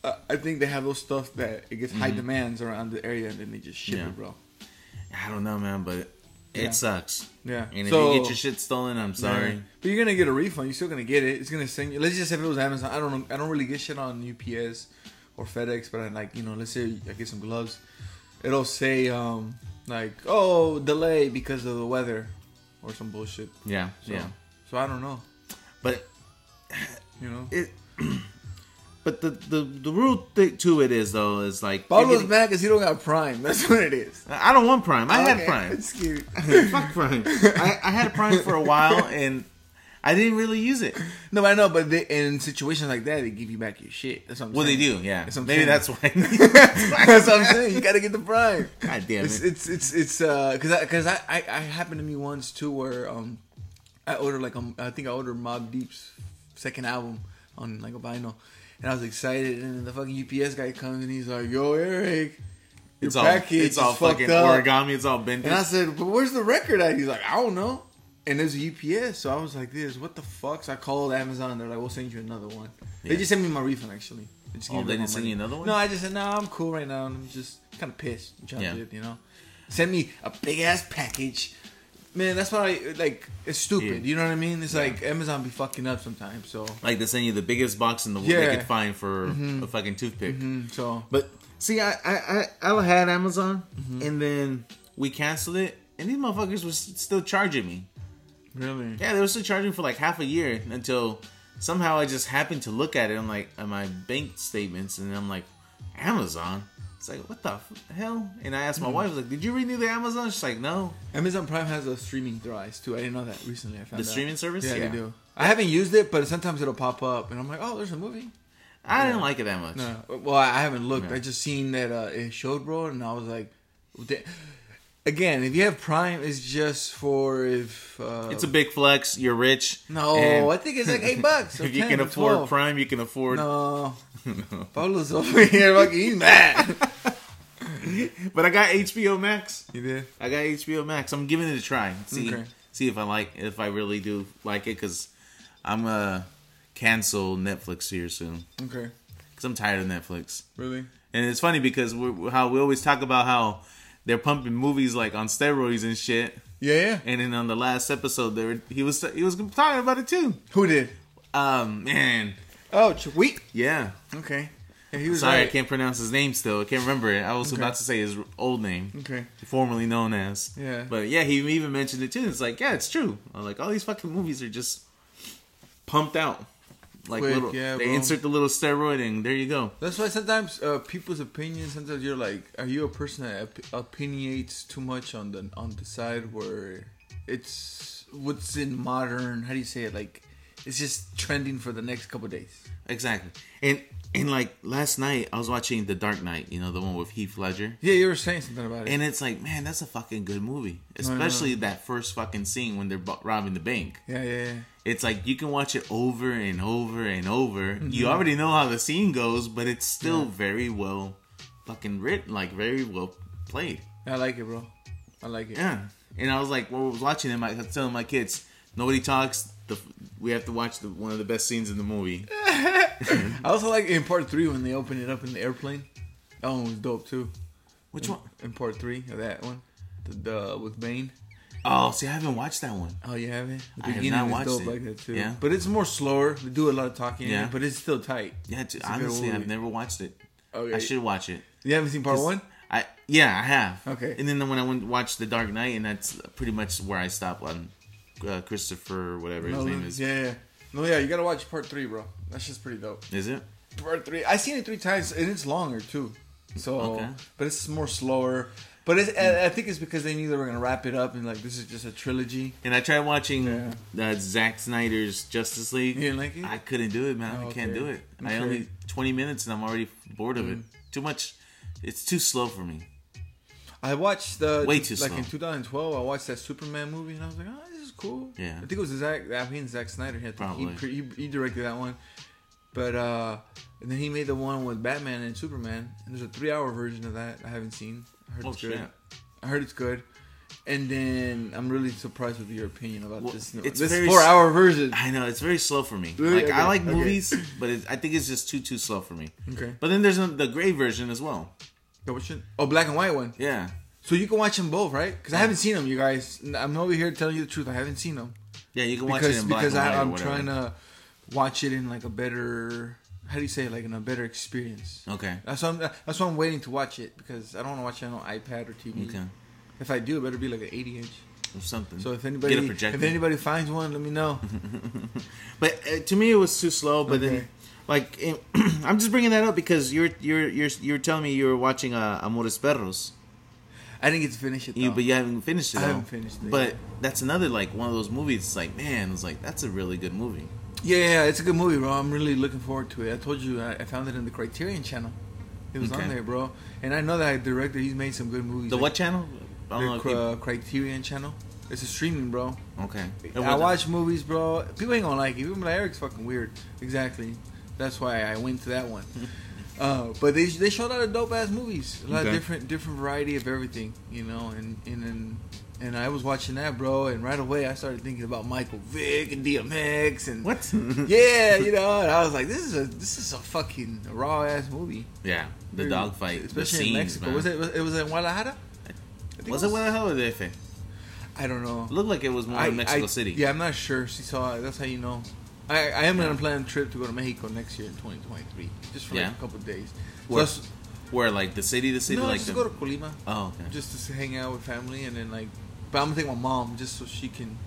S1: Uh, I think they have those stuff that it gets high demands around the area, and then they just ship
S2: Mm-hmm. Yeah.
S1: it, bro.
S2: I don't know, man, but it
S1: Yeah.
S2: sucks.
S1: Yeah.
S2: And if
S1: So-
S2: you get your shit stolen, I'm sorry.
S1: Yeah. But you're gonna get a refund. You're still gonna get it. It's gonna send you. Let's just say if it was Amazon. I don't know. I don't really get shit on UPS or FedEx, but I like you know. Let's say I get some gloves. It'll say um like oh delay because of the weather or some bullshit.
S2: Yeah.
S1: So,
S2: yeah.
S1: So I don't know.
S2: But
S1: You know.
S2: it. But the the the rule th- to it is though is like you're
S1: Pablo's
S2: getting-
S1: mad because he don't got Prime. That's what it is.
S2: I don't want Prime. I had
S1: Okay,
S2: Prime.
S1: It's cute.
S2: Fuck Prime. I, I had Prime for a while and I didn't really use it.
S1: no, I know, but they, in situations like that, they give you back your shit. That's what I'm
S2: Well, they
S1: saying.
S2: do. Yeah.
S1: That's what I'm
S2: Maybe
S1: saying.
S2: that's why.
S1: That's what I'm saying. You gotta get the Prime.
S2: God damn
S1: it's
S2: it.
S1: it's it's it's uh because I, cause I, I I happened to me once too where um I ordered like um I think I ordered Mob Deep's second album on like a vinyl and I was excited and then the fucking UPS guy comes and he's like yo Eric your
S2: It's all
S1: package
S2: it's all
S1: is fucked
S2: fucking
S1: up
S2: origami. It's all bent.
S1: and I said but where's the record at he's like I don't know and there's a UPS so I was like this what the fuck so I called Amazon and they're like we'll send you another one they
S2: Yeah.
S1: just sent me my refund actually they just
S2: Oh,
S1: gave me
S2: they
S1: my
S2: didn't send
S1: money.
S2: you another one?
S1: no I just said no I'm cool right now and I'm just kind of pissed I'm trying
S2: Yeah.
S1: to do it you know send me a big ass package. Man, that's why like it's stupid.
S2: Yeah.
S1: You know what I mean? It's like Amazon be fucking up sometimes. So
S2: Like they send you the biggest box in the world
S1: Yeah. Mm-hmm.
S2: they could find for a fucking toothpick.
S1: mm, so
S2: But see, I I I, I had Amazon,
S1: Mm-hmm.
S2: and then we canceled it, and these motherfuckers was still charging me.
S1: really,
S2: Yeah, they were still charging for like half a year until somehow I just happened to look at it. I'm like, at my bank statements, and I'm like, Amazon. It's like, what the f- hell? And I asked
S1: Mm-hmm.
S2: my wife, I was like, did you renew the Amazon? She's like, no.
S1: Amazon Prime has a streaming device too. I didn't know that recently. I found
S2: The
S1: out.
S2: streaming service?
S1: Yeah,
S2: Yeah.
S1: they do. I haven't used it, but sometimes it'll pop up, and I'm like, oh, there's a movie.
S2: I didn't like it that much.
S1: No, well, I haven't looked.
S2: Yeah.
S1: I just seen that uh, it showed, bro, and I was like, da- again, if you have Prime, it's just for if uh,
S2: It's a big flex. You're rich.
S1: no.
S2: and-
S1: I think it's like eight bucks. or
S2: if you
S1: 10
S2: can
S1: or
S2: afford
S1: 12.
S2: Prime, you can afford.
S1: No. Pablo's over here fucking he's mad.
S2: But I got HBO Max.
S1: You did?
S2: I got HBO Max. I'm giving it a try. See,
S1: Okay.
S2: see if I like, if I really do like it, because I'm gonna cancel Netflix here soon.
S1: Okay.
S2: Because I'm tired of Netflix.
S1: Really?
S2: And it's funny because we're, how we always talk about how they're pumping movies like on steroids and shit.
S1: Yeah, yeah.
S2: And then on the last episode, there he was he was talking about it too.
S1: Who did?
S2: Um, man,
S1: Oh, Chweet.
S2: yeah.
S1: Okay. Yeah, he was
S2: Sorry,
S1: right.
S2: I can't pronounce his name still. I can't remember it. I was
S1: Okay.
S2: about to say his old name,
S1: Okay.
S2: formerly known as.
S1: Yeah.
S2: But yeah, he even mentioned it too. It's like, yeah, it's true. I'm like, all these fucking movies are just pumped out. Like
S1: Quick,
S2: little,
S1: yeah,
S2: they
S1: bro.
S2: insert the little steroid, and there you go.
S1: That's why sometimes uh, people's opinions. Sometimes you're like, are you a person that op- opinionates too much on the on the side where it's what's in modern? How do you say it? Like, it's just trending for the next couple days.
S2: Exactly. And and like last night, I was watching The Dark Knight. You know, the one with Heath Ledger.
S1: Yeah, you were saying something about it.
S2: And it's like, man, that's a fucking good movie, especially that first fucking scene when they're bu- robbing the bank.
S1: yeah, yeah, yeah.
S2: it's like you can watch it over and over and over.
S1: Mm-hmm.
S2: You already know how the scene goes, but it's still very well fucking written, like very well played.
S1: I like it, bro. I like it.
S2: Yeah. And I was like, when I was watching it, I was telling my kids, nobody talks. The, we have to watch the, one of the best scenes in the movie.
S1: I also like in part three when they open it up in the airplane. That one was dope too.
S2: Which one?
S1: In part three of that one, the, the with Bane.
S2: Oh, see, I haven't watched that one.
S1: Oh, you haven't? The
S2: I have
S1: beginning
S2: not
S1: is
S2: watched
S1: dope
S2: it.
S1: like that too.
S2: Yeah.
S1: but it's more slower. They do a lot of talking. Yeah,
S2: Yeah.
S1: but it's still tight.
S2: Yeah, dude,
S1: a good
S2: honestly,
S1: movie.
S2: I've never watched it.
S1: Okay.
S2: I should watch it.
S1: You haven't seen part one?
S2: I yeah, I have.
S1: Okay.
S2: And then when I went to watch The Dark Knight, and that's pretty much where I stopped on uh, Christopher, whatever his
S1: No,
S2: name is.
S1: Yeah, yeah. No, yeah, you gotta watch part three, bro. That's just pretty dope.
S2: Is it?
S1: Part three. I seen it three times, and it's longer too. So,
S2: Okay.
S1: but it's more slower. But it's, I I think it's because they knew they were gonna wrap it up and like this is just a trilogy.
S2: And I tried watching
S1: Yeah.
S2: uh, Zack Snyder's Justice League.
S1: You didn't like it?
S2: I couldn't do it, man.
S1: Oh,
S2: I can't
S1: okay.
S2: do it. I
S1: Okay.
S2: only 20 minutes and I'm already bored of it.
S1: Mm.
S2: Too much. It's too slow for me.
S1: I watched the
S2: Way too
S1: like in
S2: slow.
S1: 2012. I watched that Superman movie and I was like, oh, this is cool.
S2: Yeah.
S1: I think it was Zack. I mean, Zack Snyder had he,
S2: Probably.
S1: pre- he he directed that one, but uh, and then he made the one with Batman and Superman. And there's a three-hour version of that I haven't seen. I heard
S2: Oh,
S1: it's good.
S2: shit.
S1: I heard it's good. And then I'm really surprised with your opinion about
S2: Well,
S1: this.
S2: it's
S1: this
S2: very s-
S1: four-hour version.
S2: I know it's very slow for me.
S1: Really?
S2: Like I
S1: Okay,
S2: like
S1: okay.
S2: movies, but it, I think it's just too too slow for me.
S1: Okay.
S2: But then there's a, the gray version as well.
S1: Yeah, what should- Oh, black and white one.
S2: Yeah.
S1: So you can watch them both, right? Because I haven't seen them, you guys. I'm over here telling you the truth. I haven't seen them.
S2: Yeah, you can watch
S1: because
S2: it in black
S1: because
S2: and white
S1: I,
S2: or
S1: I'm
S2: whatever.
S1: trying to watch it in like a better how do you say it? like in a better experience.
S2: Okay.
S1: That's why I'm that's why I'm waiting to watch it because I don't want to watch it on iPad or TV.
S2: Okay.
S1: If I do, it better be like an 80 inch.
S2: Or something.
S1: So if anybody
S2: get a
S1: if
S2: projector. Mm-hmm.
S1: anybody finds one, let me know.
S2: But uh, to me, it was too slow. But
S1: Okay.
S2: then, like, it, I'm just bringing that up because you're you're you're you're telling me you were watching uh, Amores Perros,
S1: I didn't get to finish it. Though.
S2: you, but you haven't finished it.
S1: Oh. I
S2: though.
S1: haven't finished it.
S2: But that's another like one of those movies. It's like, man, it's like that's a really good movie.
S1: yeah, yeah, yeah, it's a good movie, bro. I'm really looking forward to it. I told you I, I found it in the Criterion channel. It was
S2: Okay.
S1: on there, bro. And I know that director he's made some good movies.
S2: The
S1: like
S2: what channel?
S1: the
S2: I don't know if you-
S1: Cri- uh, Criterion channel. It's a streaming, bro.
S2: okay.
S1: I watch movies, bro. People ain't gonna like it. People be like, Eric's fucking weird. Exactly. That's why I went to that one. uh, but they they showed out a dope ass movies. A lot
S2: Okay.
S1: of different different variety of everything, you know. And and and, and I was watching that, bro. And right away I started thinking about Michael Vick and DMX and
S2: What?
S1: Yeah, you know. And I was like, this is a this is a fucking raw ass movie.
S2: Yeah, the dog fight, the
S1: especially
S2: scenes,
S1: in Mexico.
S2: man.
S1: Was it was, it was in Guadalajara? I think
S2: Was it Guadalajara or DF?
S1: I don't know.
S2: Looked like it was more in Mexico
S1: I,
S2: City.
S1: Yeah, I'm not sure. She saw. That's how you know. I, I am gonna plan a trip to go to Mexico next year in 2023, just for
S2: Yeah.
S1: like a couple of days. So
S2: Where,
S1: that's-
S2: where like the city, the city,
S1: no,
S2: like
S1: just
S2: the,
S1: go to Colima,
S2: oh, okay.
S1: just to s- hang out with family, and then like. But I'm gonna take my mom just so she can,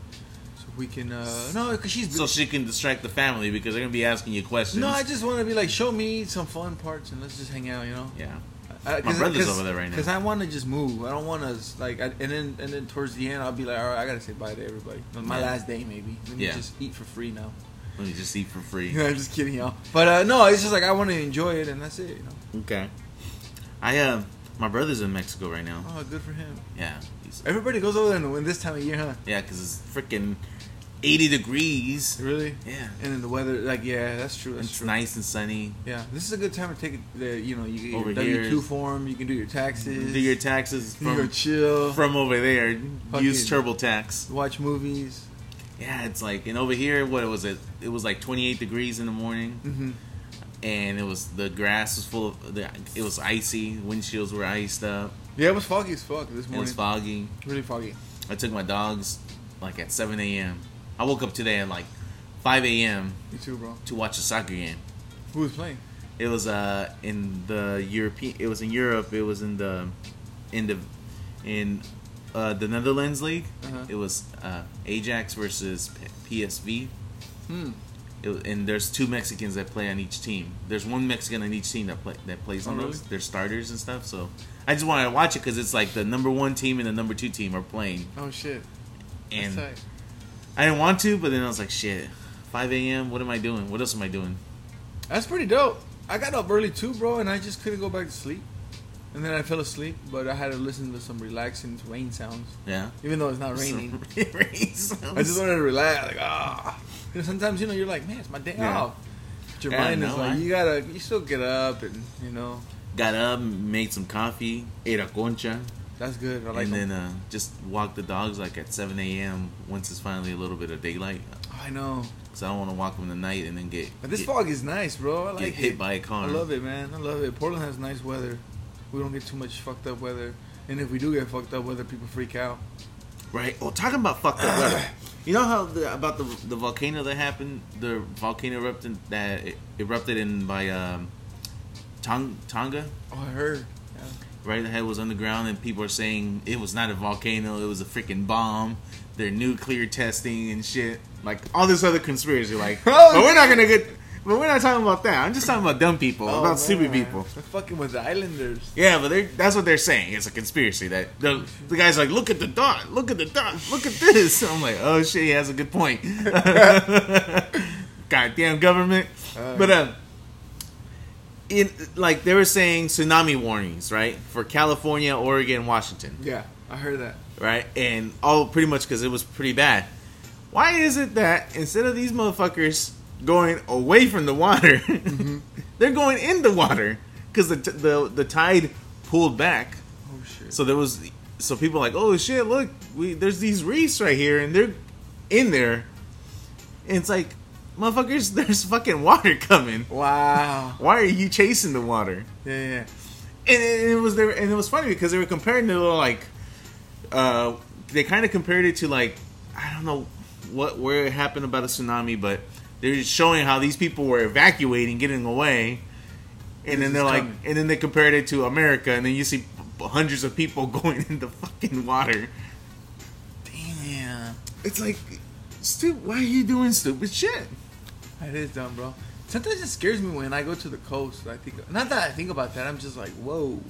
S1: so we can. uh No, because she's.
S2: so she can distract the family because they're gonna be asking you questions.
S1: no, I just want to be like, show me some fun parts, and let's just hang out. You know.
S2: yeah.
S1: I,
S2: My brother's over there right now.
S1: Because I want to just move. I don't want to like, I, and then and then towards the end, I'll be like, all right, I gotta say bye to everybody. My
S2: Yeah.
S1: last day, maybe. Let me
S2: Yeah.
S1: just eat for free now.
S2: Let me just eat for free.
S1: No, I'm just kidding, y'all. But uh, no, it's just like I want to enjoy it, and that's it. You know?
S2: Okay. I uh, my brother's in Mexico right now.
S1: Oh, good for him.
S2: Yeah, he's,
S1: Everybody goes over there in the wind this time of year, huh?
S2: yeah, because it's freaking eighty degrees.
S1: Really?
S2: Yeah,
S1: And then the weather, like, yeah, that's true. That's
S2: it's
S1: true.
S2: nice and sunny.
S1: Yeah, this is a good time to take it. The, you know, you get
S2: Over
S1: your W
S2: here.
S1: two form. You can do your taxes.
S2: Do your taxes
S1: you go
S2: from
S1: chill.
S2: from over there.
S1: Fuck
S2: Use
S1: you.
S2: TurboTax.
S1: watch movies.
S2: Yeah, it's like and over here, what was it? It was like twenty eight degrees in the morning.
S1: hmm
S2: and it was the grass was full of the it was icy windshields were iced up
S1: Yeah, it was foggy as fuck this
S2: it
S1: morning.
S2: was foggy
S1: Really foggy.
S2: i took my dogs like at 7 a.m i woke up today at like 5 a.m
S1: You too, bro.
S2: to watch a soccer game
S1: Who was playing?
S2: it was uh in the european it was in europe it was in the in the in uh, the netherlands league
S1: Uh-huh.
S2: it was uh, ajax versus P- psv
S1: Hmm.
S2: it, and there's two Mexicans that play on each team. There's one Mexican on each team that play that plays
S1: Oh,
S2: on
S1: really?
S2: those. They're starters and stuff. So I just wanted to watch it because it's like the number one team and the number two team are playing.
S1: Oh shit. That's uh,
S2: And
S1: tight.
S2: I didn't want to, but then I was like, shit, 5 a.m. What am I doing? What else am I doing?
S1: That's pretty dope. I got up early too, bro, and I just couldn't go back to sleep. And then I fell asleep, but I had to listen to some relaxing rain sounds,
S2: Yeah,
S1: even though it's not Uh, raining.
S2: It rains.
S1: I just wanted to relax, like ah. You know, sometimes you know you're like, man, it's my day
S2: Yeah.
S1: off. But your
S2: Yeah,
S1: mind is
S2: no,
S1: like,
S2: I-
S1: you gotta, you still get up, and you know,
S2: got up, made some coffee, ate a concha,
S1: that's good. I like
S2: and
S1: 'em.
S2: then uh, just walked the dogs like at 7 a.m. Once it's finally a little bit of daylight,
S1: I know,
S2: because I don't want to walk them in the night and then get
S1: but this
S2: get,
S1: fog is nice, bro. I
S2: get
S1: like
S2: hit
S1: it.
S2: by a car.
S1: I love it, man. I love it. Portland has nice weather. We don't get too much fucked up weather, and if we do get fucked up weather, people freak out.
S2: Right. Oh, talking about fucked up weather. You know how the, about the the volcano that happened, the volcano erupted that erupted in by um, Tong, Tonga,
S1: Oh, I heard. Yeah.
S2: right? The head was underground, and people are saying it was not a volcano; it was a freaking bomb. They're nuclear testing and shit, like all this other conspiracy. Like,
S1: Oh,
S2: but we're not gonna get But we're not talking about that. I'm just talking about dumb people,
S1: Oh,
S2: about stupid
S1: man.
S2: people.
S1: They're fucking with the Islanders.
S2: Yeah, but they're, that's what they're saying. It's a conspiracy that the, the guy's like, look at the dot, look at the dot, look at this. I'm like, oh shit, he has a good point. Goddamn government.
S1: Uh,
S2: but um, in like they were saying tsunami warnings, right, for California, Oregon, Washington,
S1: Yeah, I heard that.
S2: right, and all pretty much because it was pretty bad. Why is it that instead of these motherfuckers going away from the water, they're going in the water because the, t- the the tide pulled back.
S1: Oh shit.
S2: So there was, so people like, oh shit, look, we there's these reefs right here, and they're in there, and it's like, motherfuckers, there's fucking water coming.
S1: wow.
S2: Why are you chasing the water?
S1: Yeah, yeah.
S2: And it, and it was there, and it was funny because they were comparing to like, uh, they kind of compared it to like, I don't know what where it happened about a tsunami, but they're showing how these people were evacuating, getting away, and
S1: This
S2: then
S1: is
S2: they're like,
S1: coming.
S2: and then they compared it to America, and then you see hundreds of people going in the fucking water.
S1: Damn.
S2: It's like, stupid. Why are you doing stupid shit?
S1: That is dumb, bro. Sometimes it scares me when I go to the coast. I think not that I think about that. I'm just like, whoa,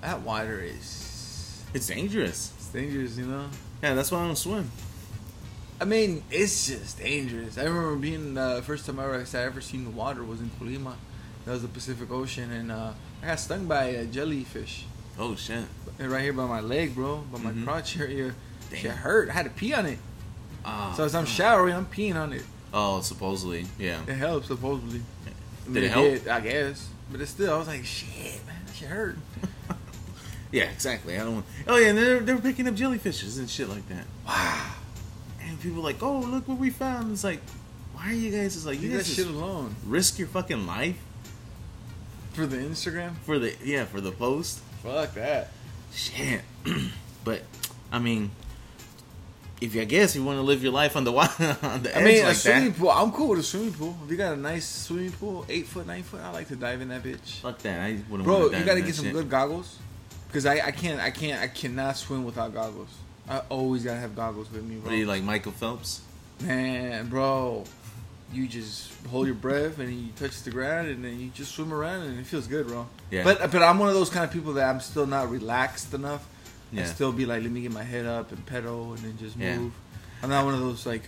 S1: that water is
S2: It's dangerous.
S1: it's dangerous, you know.
S2: Yeah, that's why I don't swim.
S1: I mean, it's just dangerous. I remember being the first time I ever, I ever seen the water was in Colima. That was the Pacific Ocean, and uh, I got stung by a jellyfish
S2: Oh shit.
S1: right here by my leg, bro, by my
S2: Mhm.
S1: crotch area. Shit
S2: Damn.
S1: hurt. I had to pee on it.
S2: Ah.
S1: So as I'm showering, I'm peeing on it.
S2: oh, supposedly, yeah.
S1: It helps supposedly. I mean,
S2: Did it help?
S1: I guess. But it's still, I was like, shit, man, that shit hurt.
S2: Yeah, exactly. I don't. Want, oh yeah, and they're they're picking up jellyfishes and shit like that.
S1: Wow.
S2: And people like, oh look what we found. It's like, why are you guys? It's like you
S1: Leave that
S2: guys
S1: shit
S2: just
S1: alone
S2: risk your fucking life
S1: for the Instagram.
S2: for the yeah for the post.
S1: Fuck that.
S2: Shit. but I mean, if you, I guess you want to live your life on the wa- on the
S1: I
S2: edge
S1: mean, a
S2: like that,
S1: swimming pool. I'm cool with a swimming pool. If you got a nice swimming pool, eight foot, nine foot, I like to dive in that bitch.
S2: fuck that. I wouldn't. wanna
S1: Bro,
S2: die
S1: you
S2: in
S1: gotta
S2: that
S1: get some
S2: shit.
S1: good goggles, cause I, I can't, I can't, I cannot swim without goggles. I always gotta have goggles with me, bro.
S2: What are you like, Michael Phelps?
S1: Man, bro, you just hold your breath and you touch the ground and then you just swim around and it feels good, bro.
S2: Yeah.
S1: But but I'm one of those kind of people that I'm still not relaxed enough. I
S2: Yeah.
S1: still be like, let me get my head up and pedal and then just
S2: Yeah.
S1: move. I'm not one of those like,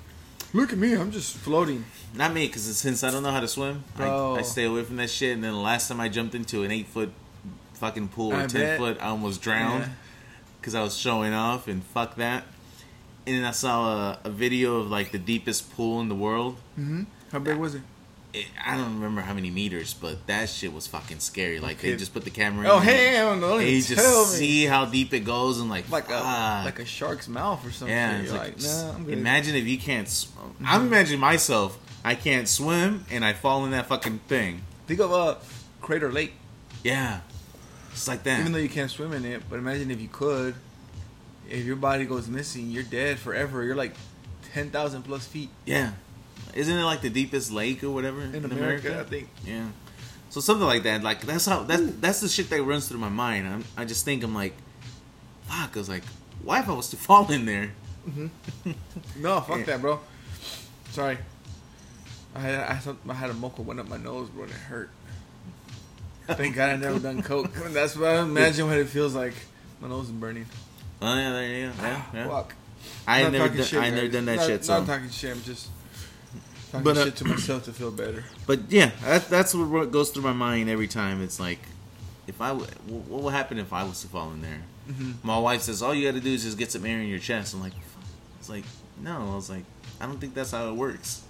S1: look at me, I'm just floating.
S2: Not me, because since I don't know how to swim,
S1: Bro.
S2: I, I stay away from that shit. And then the last time I jumped into an eight foot fucking pool or
S1: I
S2: ten
S1: bet.
S2: foot, I almost drowned
S1: Yeah.
S2: because I was showing off and fuck that. And then I saw a, a video of like the deepest pool in the world.
S1: Mm-hmm. How big was it?
S2: It, I don't remember how many meters, but that shit was fucking scary. Like they
S1: Okay.
S2: just put the camera.
S1: Oh
S2: in and
S1: hell no! Don't
S2: you
S1: even
S2: just
S1: tell me.
S2: see how deep it goes and like
S1: like a
S2: fuck.
S1: like a shark's mouth or something.
S2: Yeah, it's
S1: You're
S2: like,
S1: like, nah, I'm good.
S2: imagine if you can't. Sw- I'm imagining myself. I can't swim, and I fall in that fucking thing.
S1: Think of uh, Crater Lake.
S2: Yeah, just like that.
S1: Even though you can't swim in it, but imagine if you could. If your body goes missing, you're dead forever. You're like ten thousand plus feet
S2: yeah, isn't it like the deepest lake or whatever
S1: in, America, I think.
S2: Yeah. So something like that. Like that's how that's that's the shit that runs through my mind. I'm, I just think I'm like, fuck. I was like, why if I was to fall in there?
S1: No, fuck
S2: Yeah.
S1: that, bro. Sorry. I had I, had some- I had a mocha went up my nose, bro, and it hurt. Thank God I never done coke. That's what I imagine what it feels like. My nose is burning.
S2: Oh yeah, there you go. Yeah, yeah.
S1: Fuck. Not
S2: I ain't never
S1: talking
S2: done,
S1: shit,
S2: I ain't never
S1: guys.
S2: done that
S1: Not-
S2: shit. So.
S1: Not talking shit. I'm just talking
S2: But, uh,
S1: shit to myself to feel better.
S2: But yeah, that, that's what what goes through my mind every time. It's like, if I w- what would happen if I was to fall in there?
S1: Mm-hmm.
S2: My wife says all you got to do is just get some air in your chest. I'm like, "Fuck." it's like no. I was like, I don't think that's how it works.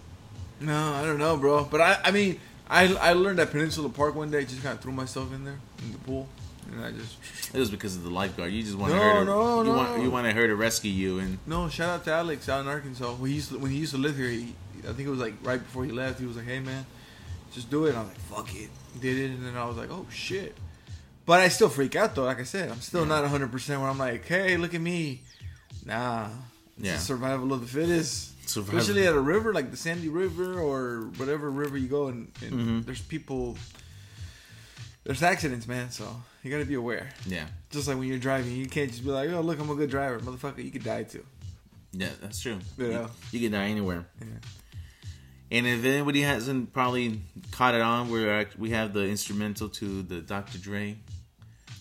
S1: No, I don't know, bro. But I, I mean, I, I learned at Peninsula Park one day. Just kind of threw myself in there in the pool, and I just
S2: It was because of the lifeguard. You just want
S1: No,
S2: to her. To,
S1: no,
S2: you want
S1: no.
S2: you wanted her to rescue you, and
S1: no. Shout out to Alex out in Arkansas. When he used to, when he used to live here, he, I think it was like right before he left. He was like, "Hey, man, just do it." And I was like, "Fuck it," did it, and then I was like, "Oh shit." But I still freak out though. Like I said, I'm still not 100 percent where I'm like, "Hey, look at me." Nah, it's
S2: Yeah.
S1: just survival of the fittest.
S2: Survival.
S1: Especially at a river like the Sandy River or whatever river you go, and, and
S2: Mm-hmm.
S1: there's people there's accidents, man. So you gotta be aware.
S2: yeah,
S1: Just like when you're driving, you can't just be like, "Oh, look, I'm a good driver, motherfucker." You could die too.
S2: yeah, that's true.
S1: Yeah.
S2: You, you can die anywhere.
S1: Yeah.
S2: And if anybody hasn't probably caught it on, we're act- we have the instrumental to the Dr. Dre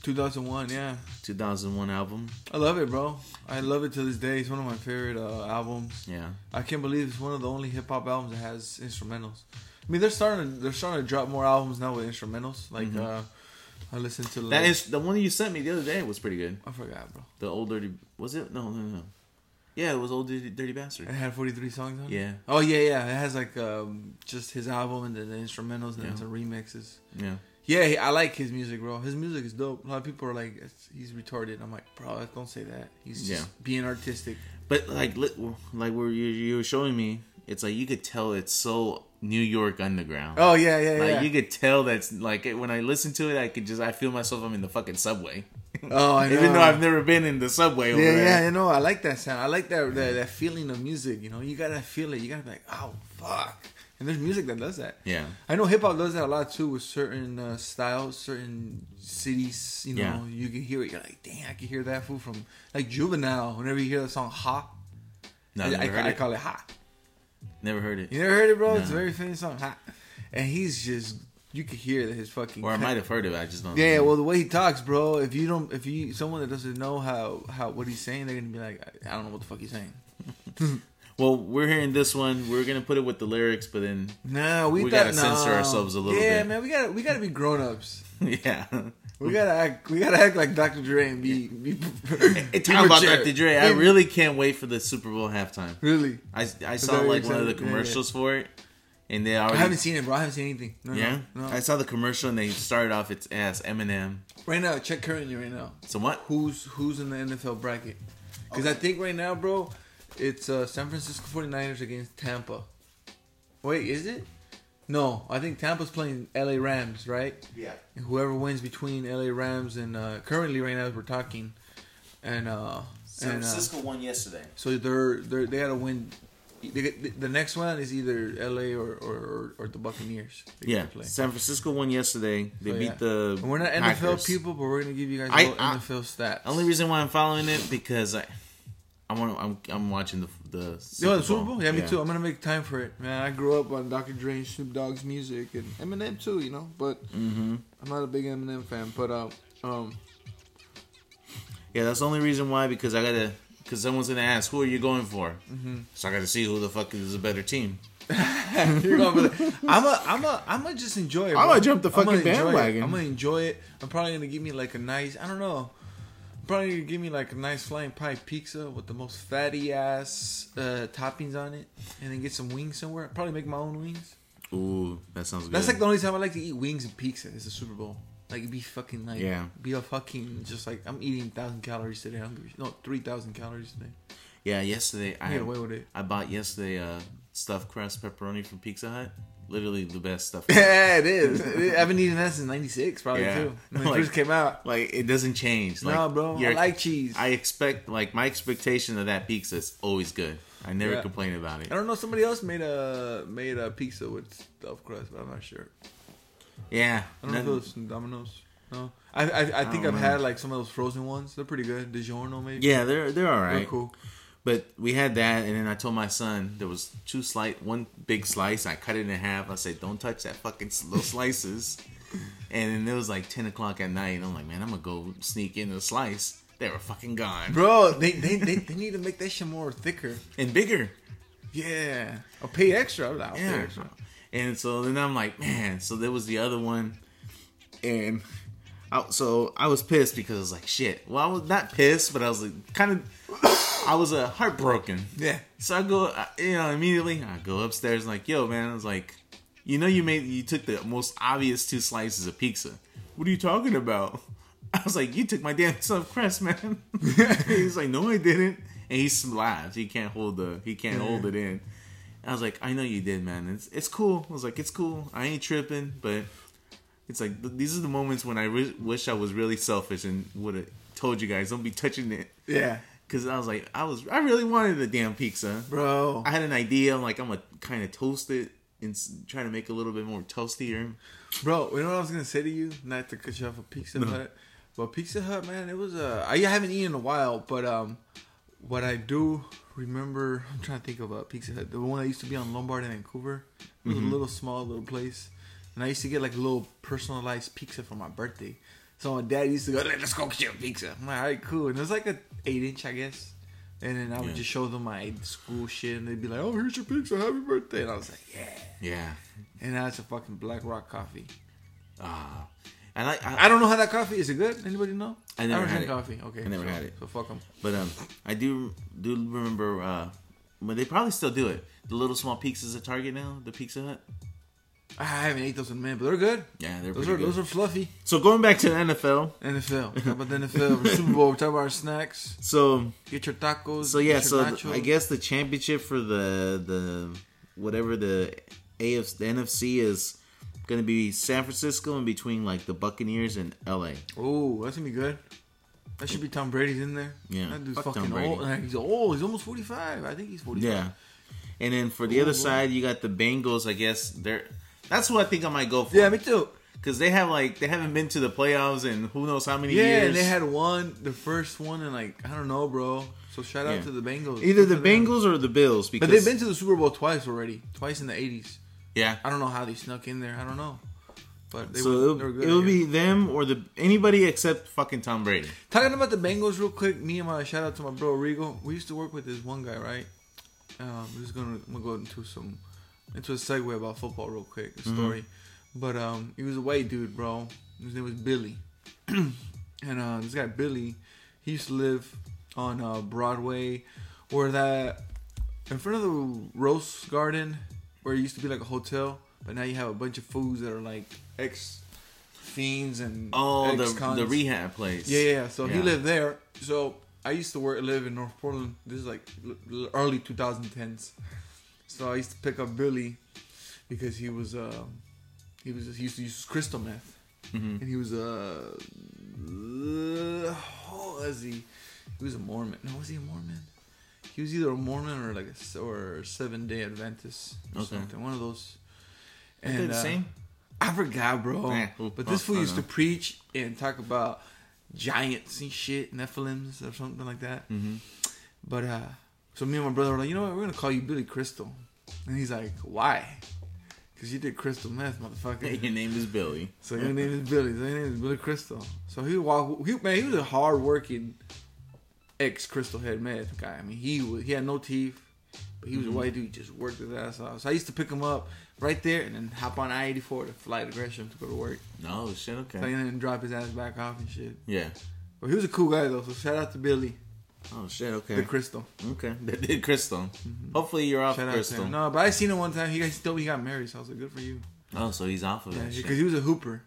S1: 2001, yeah.
S2: 2001 album.
S1: I love it, bro. I love it to this day. It's one of my favorite uh, albums.
S2: Yeah,
S1: I can't believe it's one of the only hip hop albums that has instrumentals. I mean, they're starting to, they're starting to drop more albums now with instrumentals. Like uh, I listened to like,
S2: Mm-hmm. that is the one you sent me the other day was pretty good.
S1: I forgot, bro.
S2: The old dirty was it? No, no, no. no. Yeah, it was old dirty, dirty bastard.
S1: It had 43 songs on. it?
S2: Yeah.
S1: Oh yeah, yeah. It has like um, just his album and then the instrumentals and
S2: Yeah.
S1: then some remixes.
S2: Yeah.
S1: Yeah, he- I like his music, bro. His music is dope. A lot of people are like, "It's- he's retarded. I'm like, bro, don't say that. He's
S2: Yeah.
S1: just being artistic.
S2: But like, li- like where you you were showing me, it's like you could tell it's so New York underground.
S1: Oh yeah, yeah,
S2: like
S1: yeah.
S2: you could tell that's like it- when I listen to it, I could just I feel myself I'm in the fucking subway.
S1: Oh, I know.
S2: Even though I've never been in the subway. Over
S1: yeah,
S2: there.
S1: yeah, you know, I like that sound. I like that, that that feeling of music. You know, you gotta feel it. You gotta be like, oh fuck. And there's music that does that.
S2: Yeah.
S1: I know hip hop does that a lot too with certain uh, styles, certain cities. You know,
S2: Yeah.
S1: you can hear it. You're like, dang, I can hear that fool from like Juvenile. Whenever you hear the song Ha,
S2: No,
S1: I,
S2: I've
S1: I,
S2: never, heard
S1: I
S2: it.
S1: call it Ha.
S2: never heard it.
S1: You never heard it, bro? It's a
S2: No.
S1: very famous song. Ha. And he's just you could hear that his fucking
S2: Or I might have heard it. I just don't.
S1: Yeah, well, the way he talks, bro. If you don't, if you someone that doesn't know how how what he's saying, they're gonna be like, I, I don't know what the fuck he's saying.
S2: Well, we're hearing this one. We're gonna put it with the lyrics, but then
S1: No, we,
S2: We
S1: thought-
S2: gotta censor
S1: no.
S2: ourselves a little
S1: yeah,
S2: bit. Mm.
S1: man, we gotta we gotta be grown ups.
S2: yeah.
S1: We gotta act we gotta act like Dr. Dre and be be. be
S2: It's talking about
S1: mature.
S2: Dr. Dre. I
S1: Yeah,
S2: really can't wait for the Super Bowl halftime.
S1: really.
S2: I, I saw
S1: very
S2: like one of
S1: excited. Yeah,
S2: the
S1: yeah.
S2: commercials for it, and they already
S1: I haven't seen it, bro. I haven't seen anything. No, no,
S2: Oh, yeah.
S1: no.
S2: I saw the commercial and they started off its ass Eminem.
S1: Right now, check currently right now.
S2: So what?
S1: Who's who's in the NFL bracket? Because I think right now, bro, it's uh, San Francisco 49ers against Tampa. Wait, is it? No, I think Tampa's playing LA Rams, right?
S2: Yeah.
S1: And whoever wins between LA Rams and uh, currently right now as we're talking, and uh, and, uh,
S2: won yesterday.
S1: so they're they they gotta win. They, get- the next one is either LA or or, or, or the Buccaneers. They get
S2: Yeah,
S1: to play.
S2: San Francisco won yesterday. They
S1: So,
S2: beat
S1: yeah.
S2: the.
S1: And we're not NFL
S2: Packers.
S1: people, but we're gonna give you guys
S2: I-
S1: all
S2: I-
S1: NFL stats.
S2: The only reason why I'm following it because I, I want I'm I'm watching the the
S1: Yo, the Super Bowl? Yeah, me too. I'm gonna make time for it, man. I grew up on Dr. Dre and Snoop Dogg's music and Eminem too, you know. But
S2: Mm-hmm.
S1: I'm not a big Eminem fan. But uh, um,
S2: Yeah, that's the only reason why because I gotta because someone's gonna ask who are you going for, mm-hmm. so I gotta see who the fuck is a better team.
S1: you're going for that. I'm a, I'm a, I'm gonna just enjoy it. bro.
S2: gonna jump the
S1: I'm gonna
S2: fucking
S1: enjoy it.
S2: bandwagon.
S1: I'm gonna enjoy it. I'm probably gonna give me like a nice, I don't know. I'm probably gonna give me like a nice flying pie pizza with the most fatty ass uh, toppings on it, and then get some wings somewhere. Probably make my own wings.
S2: Ooh, that sounds good.
S1: That's like the only time I like to eat wings and pizza is the Super Bowl. Like it'd be fucking like
S2: Yeah.
S1: be a fucking just like I'm eating thousand calories today. I'm no three thousand calories today.
S2: yeah. Yesterday I
S1: I get away with it.
S2: I bought yesterday uh stuffed crust pepperoni from Pizza Hut. Literally the best stuff.
S1: Yeah, it is. I haven't eaten that since '96 probably
S2: Yeah.
S1: too. When it
S2: Like-
S1: first came out.
S2: like it doesn't change. Like,
S1: no, bro, I
S2: you're-
S1: like cheese. I,
S2: I expect like my expectation of that pizza is always good. I never
S1: Yeah.
S2: complain about it.
S1: don't know. Somebody else made a made a pizza with stuffed crust, but I'm not sure.
S2: Yeah,
S1: I don't know if it
S2: nothing-
S1: was from Domino's. No, I I, I think
S2: don't
S1: I've
S2: know.
S1: had like some of those frozen ones. They're pretty good. DiGiorno maybe.
S2: yeah, they're they're all
S1: They're
S2: right.
S1: cool.
S2: But we had that, and then I told my son there was two slight, one big slice. I cut it in half. I said, "Don't touch that fucking s- little slices." And then it was like ten o'clock at night, and I'm like, "Man, I'm gonna go sneak in a slice." They were fucking gone
S1: Bro, they, they, they, they need to make that shit more thicker.
S2: and bigger.
S1: Yeah, I'll pay extra. I'll, I'll pay
S2: Yeah.
S1: extra.
S2: And so then I'm like, man. So there was the other one, and I, so I was pissed because I was like, shit. Well, I was not pissed, but I was like, kind of, I was uh, heartbroken.
S1: Yeah.
S2: So I go, I, you know, immediately I go upstairs like, yo, man. I was like, you know, you made you took the most obvious two slices of pizza. What are you talking about? I was like, you took my damn stuffed crust, man. He's like, no, I didn't. And he s- laughs. He can't hold the, he can't hold it in. I was like, I know you did, man. It's it's cool. I was like, it's cool. I ain't tripping, but it's like th- these are the moments when I re- wish I was really selfish and would have told you guys don't be touching it.
S1: Yeah.
S2: Cause I was like, I was, I really wanted the damn pizza.
S1: Bro.
S2: I had an idea. I'm like, I'm gonna kind of toast it and s- try to make it a little bit more toastier.
S1: Bro, you know what I was going to say to you? Not to cut you uh, off of Pizza Hut. But Pizza Hut, man, it was a. I haven't eaten in a while, but um, What I do remember, I'm trying to think of a Pizza Hut. The one that used to be on Lombard in Vancouver. It was a little small, little place. And I used to get like a little personalized pizza for my birthday. So my dad used to go, let's go get you a pizza. I'm like, all right, cool. And it was like a eight inch, I guess. And then I would
S2: Yeah.
S1: just show them my school shit, and they'd be like, "Oh, here's your pizza, happy birthday!" And I was like, "Yeah."
S2: Yeah.
S1: And now it's a fucking Black Rock coffee.
S2: Ah. And I, I,
S1: I don't know how that coffee is. It good? Anybody know?
S2: I never
S1: don't
S2: had
S1: drink
S2: it.
S1: coffee. Okay,
S2: I never
S1: so,
S2: had it.
S1: So fuck them.
S2: but um, I do do remember. Uh, but they probably still do it. The little small pizzas at Target now, the Pizza Hut.
S1: I haven't ate those in a minute, but they're good.
S2: Yeah, they're
S1: Those
S2: pretty
S1: are
S2: good.
S1: those are fluffy.
S2: So going back to the NFL.
S1: NFL. How about the NFL? Super Bowl. We're talking about our snacks.
S2: So
S1: Get your tacos.
S2: so yeah.
S1: get
S2: So
S1: your
S2: th-
S1: nachos.
S2: I guess the championship for the the whatever the AFC the NFC is going to be San Francisco in between like the Buccaneers and LA.
S1: Oh, that's gonna be good. That should be Tom Brady's in there.
S2: Yeah,
S1: that dude's
S2: fuck Tom
S1: fucking
S2: Brady.
S1: old. Like, he's old. He's almost forty-five. I think he's forty-five.
S2: Yeah. And then for the other
S1: Ooh.
S2: side, you got the Bengals. I guess they're. That's what I think I might go for.
S1: Yeah, me too.
S2: because they have like they haven't been to the playoffs in who knows how many
S1: Yeah,
S2: years.
S1: and they had one, the first one, and like I don't know, bro. So shout out
S2: Yeah.
S1: to the Bengals.
S2: either the
S1: Good for them.
S2: Bengals or the Bills because
S1: but they've been to the Super Bowl twice already. Twice in the eighties.
S2: yeah.
S1: I don't know how they snuck in there. I don't know. But they
S2: so
S1: were, they were
S2: it'll,
S1: good.
S2: it'll
S1: I
S2: be
S1: guess.
S2: them or the anybody except fucking Tom Brady.
S1: talking about the Bengals real quick. Me and my shout out to my bro Regal. We used to work with this one guy, right? Um, we're just gonna I'm gonna go into some into a segue about football real quick,
S2: Mm-hmm.
S1: a story. But um, he was a white dude, bro. His name was Billy, and uh, this guy Billy, he used to live on uh, Broadway, or that in front of the Rose Garden, where it used to be like a hotel, but now you have a bunch of foods that are like ex fiends and
S2: Oh,
S1: ex-cons.
S2: the the rehab place.
S1: Yeah, yeah. yeah. So he
S2: Yeah.
S1: lived there. So I used to work, live in North Portland. This is like l- l- early 2010s. So I used to pick up Billy because he was um, he was he used to use crystal meth,
S2: Mm-hmm.
S1: and he was uh, uh, what was he? He was a Mormon. No, was he a Mormon? He was either a Mormon or like a s- or Seven Day Adventist or
S2: Okay.
S1: something. One of those.
S2: Aren't they the
S1: uh,
S2: same.
S1: I forgot, bro.
S2: Eh, well,
S1: but this
S2: I
S1: fool
S2: don't
S1: used to
S2: know.
S1: preach and talk about giants and shit, Nephilims or something like that.
S2: Mm-hmm.
S1: But uh, so me and my brother were like, you know what, we're gonna call you Billy Crystal, and he's like, why? Because you did crystal meth, motherfucker.
S2: Your name is Billy.
S1: so your name is Billy. So your name is Billy Crystal. So he walk. He, man, he was a hard working ex crystal head meth guy. I mean, he was he had no teeth. But he was a white dude, just worked his ass off. So I used to pick him up right there and then hop on I 84 to fly to Gresham to go to work.
S2: No Oh, shit.
S1: So
S2: Okay.
S1: he didn't drop his ass back off and shit.
S2: Yeah.
S1: But he was a cool guy though, so shout out to Billy,
S2: Oh shit.
S1: the
S2: Okay.
S1: crystal.
S2: okay. That did Crystal. Hopefully you're off
S1: Shout out to
S2: Crystal.
S1: him. No, but I seen him one time. He guys told me he got married, so I was like, good for you.
S2: Oh, so he's off of
S1: Yeah,
S2: that
S1: because
S2: shit.
S1: he was a hooper.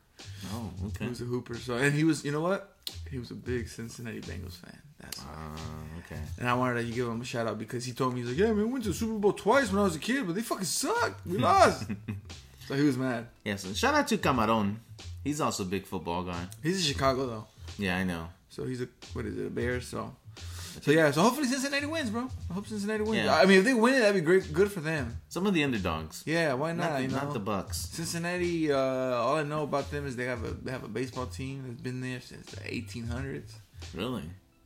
S2: Oh,
S1: He
S2: okay.
S1: was a hooper. So and he was, you know what? He was a big Cincinnati Bengals fan. That's
S2: Ah, okay.
S1: and I wanted to give him a shout out because he told me he's like, yeah, man, we went to the Super Bowl twice when I was a kid, but they fucking sucked. We lost. so he was mad.
S2: Yes. And shout out to Camarón. He's also a big football guy.
S1: He's in Chicago though,
S2: Yeah, I know.
S1: so he's a what is it, a Bear? So. So yeah, so hopefully Cincinnati wins, bro. I hope Cincinnati wins.
S2: Yeah.
S1: I mean, if they win it, that'd be great, good for them.
S2: Some of the underdogs.
S1: Yeah, why not?
S2: Not, the,
S1: you know?
S2: not the Bucks.
S1: Cincinnati. Uh, all I know about them is they have a they have a baseball team that's been there since the 1800s.
S2: Really?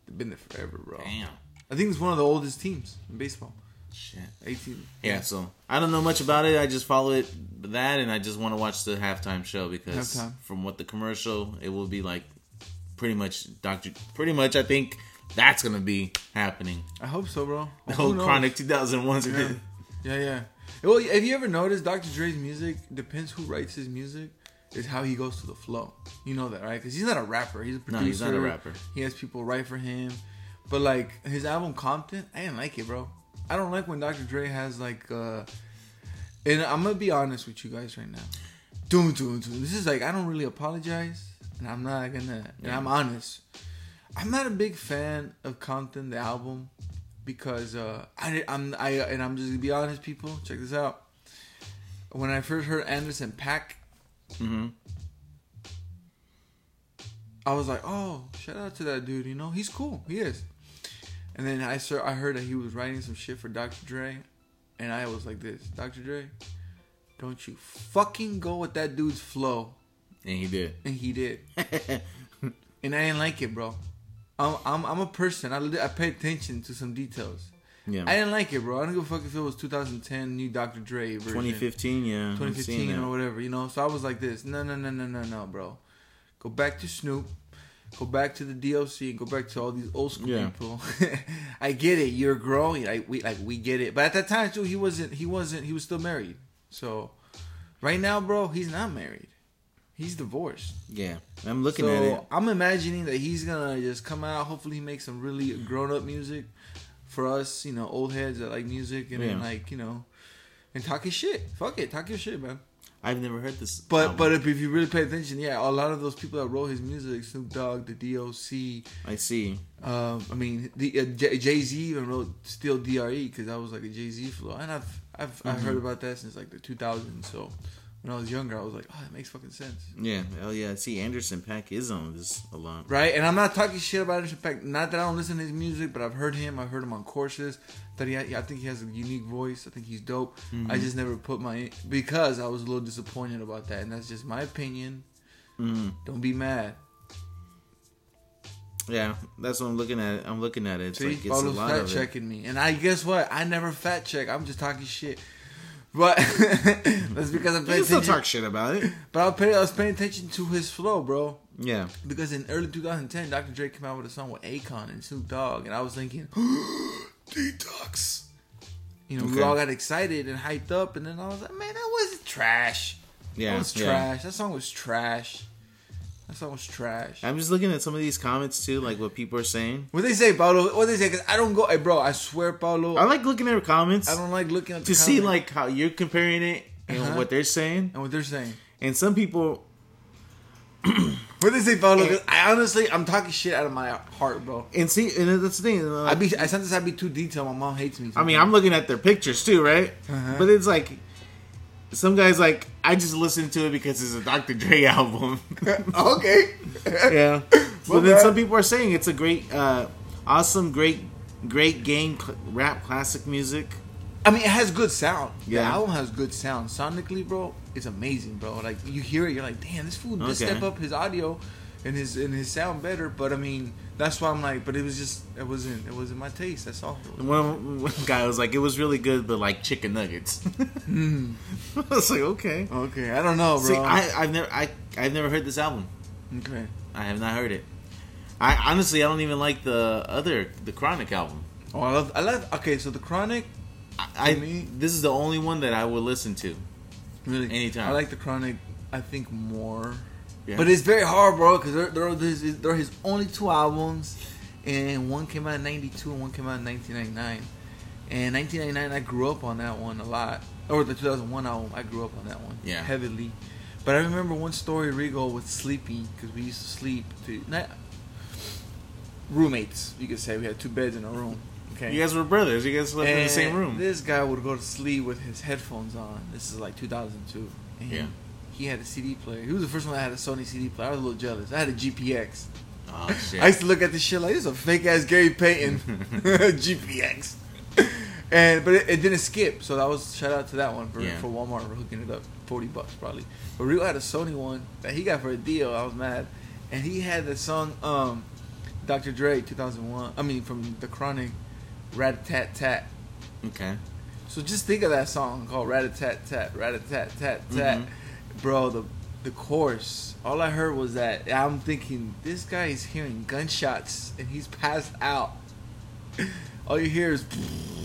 S1: They've been there forever, bro.
S2: Damn.
S1: I think it's one of the oldest teams in baseball.
S2: Shit.
S1: 18.
S2: Yeah, so I don't know much about it. I just follow it that, and I just want to watch the halftime show because
S1: Halftime.
S2: from what the commercial, it will be like pretty much Doctor. Pretty much, I think that's gonna be happening.
S1: I hope so, bro.
S2: The
S1: Who
S2: whole
S1: knows?
S2: Chronic 2001's
S1: Yeah.
S2: gonna.
S1: yeah, yeah. Well, have you ever noticed Dr. Dre's music depends who writes his music is how he goes to the flow. You know that, right? Because he's not a rapper. He's a producer.
S2: No, he's not a rapper.
S1: He has people write for him, but like his album Compton, I didn't like it, bro. I don't like when Dr. Dre has like. uh And I'm gonna be honest with you guys right now. Doom, doom, doom. This is like I don't really apologize, and I'm not gonna. And I'm honest. I'm not a big fan of Compton the album because uh, I, I'm I and I'm just gonna be honest, people. Check this out. When I first heard Anderson Pack,
S2: Mhm.
S1: I was like, "Oh, shout out to that dude! You know, he's cool. He is." And then I sir, I heard that he was writing some shit for Dr. Dre, and I was like, "This, Dr. Dre, don't you fucking go with that dude's flow."
S2: And he did.
S1: And he did, and I didn't like it, bro. I'm, I'm, I'm a person. I, li- I pay attention to some details.
S2: Yeah.
S1: I didn't like it, bro. I don't give a fuck if it was 2010 new Dr. Dre version,
S2: 2015, yeah. I'm seeing
S1: 2015
S2: that.
S1: or whatever, you know. So I was like this. No, no, no, no, no, no, bro. Go back to Snoop. Go back to the DLC and go back to all these old school
S2: Yeah.
S1: people. I get it. You're growing. I we like we get it. But at that time too, he wasn't. He wasn't. He was still married. So right now, bro, he's not married. He's divorced.
S2: Yeah. I'm looking
S1: so
S2: at it.
S1: I'm imagining that he's gonna just come out. Hopefully, he makes some really grown up music for us, you know, old heads that like music and then
S2: Yeah.
S1: like you know, and talk his shit. Fuck it, talk your shit, man.
S2: I've never heard this.
S1: But
S2: album.
S1: but if, if you really pay attention, yeah, a lot of those people that wrote his music, Snoop Dogg, the DOC,
S2: I see.
S1: um, I mean, the uh, Jay Z even wrote "Still Dre" because that was like a Jay Z flow, and I've I've I heard
S2: Mm-hmm.
S1: about that since like the 2000s. So when I was younger, I was like, oh, that makes fucking sense.
S2: Yeah. Oh yeah. I see. Anderson Pack is on this a lot.
S1: Right, and I'm not talking shit about Anderson Paak. Not that I don't listen to his music, but I've heard him. I've heard him on courses. That he, I think he has a unique voice. I think he's dope.
S2: Mm-hmm.
S1: I just never put my because I was a little disappointed about that, and that's just my opinion.
S2: Mm.
S1: Don't be mad.
S2: Yeah. That's what I'm looking at. I'm looking at it. It's
S1: See,
S2: like it's a
S1: Paulo's
S2: lot
S1: fact
S2: of it.
S1: checking me, and I guess what? I never fat check. I'm just talking shit. But that's because I'm
S2: You can
S1: paying
S2: still
S1: attention.
S2: talk shit about it.
S1: but I, pay, I was paying attention to his flow, bro.
S2: Yeah.
S1: Because in early 2010, Dr. Dre came out with a song with Akon and Snoop Dogg, and I was thinking, detox. You know, we
S2: Okay.
S1: all got excited and hyped up, and then I was like, man, that was trash.
S2: Yeah.
S1: that was
S2: yeah.
S1: trash. That song was trash. That song was trash.
S2: I'm just looking at some of these comments too, like what people are saying.
S1: What they say, Paulo? What they say? Cause I don't go, hey, bro. I swear, Paulo,
S2: I like looking at comments
S1: I don't like looking at the
S2: to see
S1: comments
S2: like how you're comparing it and
S1: Uh-huh.
S2: what they're saying.
S1: and what they're saying.
S2: And some people,
S1: What they say, Paulo?
S2: Eh.
S1: 'Cause I honestly, I'm talking shit out of my heart, bro.
S2: and see, and that's the thing.
S1: I
S2: like,
S1: be, I sometimes I be too detailed. My mom hates me.
S2: I mean, I'm looking at their pictures too, right?
S1: Uh-huh.
S2: But it's like some guys like I just listened to it because it's a Dr. Dre album.
S1: okay.
S2: yeah.
S1: Well,
S2: but then
S1: that-
S2: some people are saying it's a great, uh, awesome, great, great game cl- rap classic music.
S1: I mean, it has good sound. The
S2: Yeah.
S1: album has good sound. Sonically, bro, it's amazing, bro. Like you hear it, you're like, damn, this fool did
S2: Okay.
S1: step up his audio and his and his sound better. But I mean, that's why I'm like, but it was just it wasn't it wasn't my taste. That's all.
S2: One, one guy was like, "It was really good, but like chicken nuggets." I was like, "Okay."
S1: Okay, I don't know, bro.
S2: See, I, I've never, I, I've never heard this album.
S1: okay,
S2: I have not heard it. I honestly, I don't even like the other, the Chronic album.
S1: oh, I love I love. Okay, so the Chronic
S2: I,
S1: To me-
S2: I this is the only one that I will listen to.
S1: really
S2: Anytime.
S1: I like the Chronic. I think more.
S2: Yeah.
S1: But it's very hard, bro, because they're, they're, his- they're his only two albums, and one came out in 92 and one came out in 1999. And 1999, I grew up on that one a lot. Or the 2001 album, I grew up on that one
S2: Yeah.
S1: heavily. But I remember one story, Regal, with Sleepy, because we used to sleep, to, not roommates, you could say. We had two beds in a room. Okay.
S2: You guys were brothers. You guys lived in the same
S1: And
S2: room.
S1: This guy would go to sleep with his headphones on. This is like 2002. And
S2: Yeah.
S1: He had a CD player. He was the first one that had a Sony CD player. I was a little jealous. I had a GPX.
S2: oh shit!
S1: I used to look at this shit like this is a fake ass Gary Payton GPX. And but it, it didn't skip, so that was shout out to that one for,
S2: Yeah.
S1: for Walmart for hooking it up, forty bucks probably. But Rio had a Sony one that he got for a deal. I was mad, and he had the song um, Dr. Dre, two thousand one. I mean from the Chronic, Rat Tat Tat.
S2: okay.
S1: So just think of that song called Rat a Tat Tat, Rat a Tat Tat Tat.
S2: Mhm.
S1: Bro, the the chorus, all I heard was that. I'm thinking, this guy is hearing gunshots and he's passed out. All you hear is.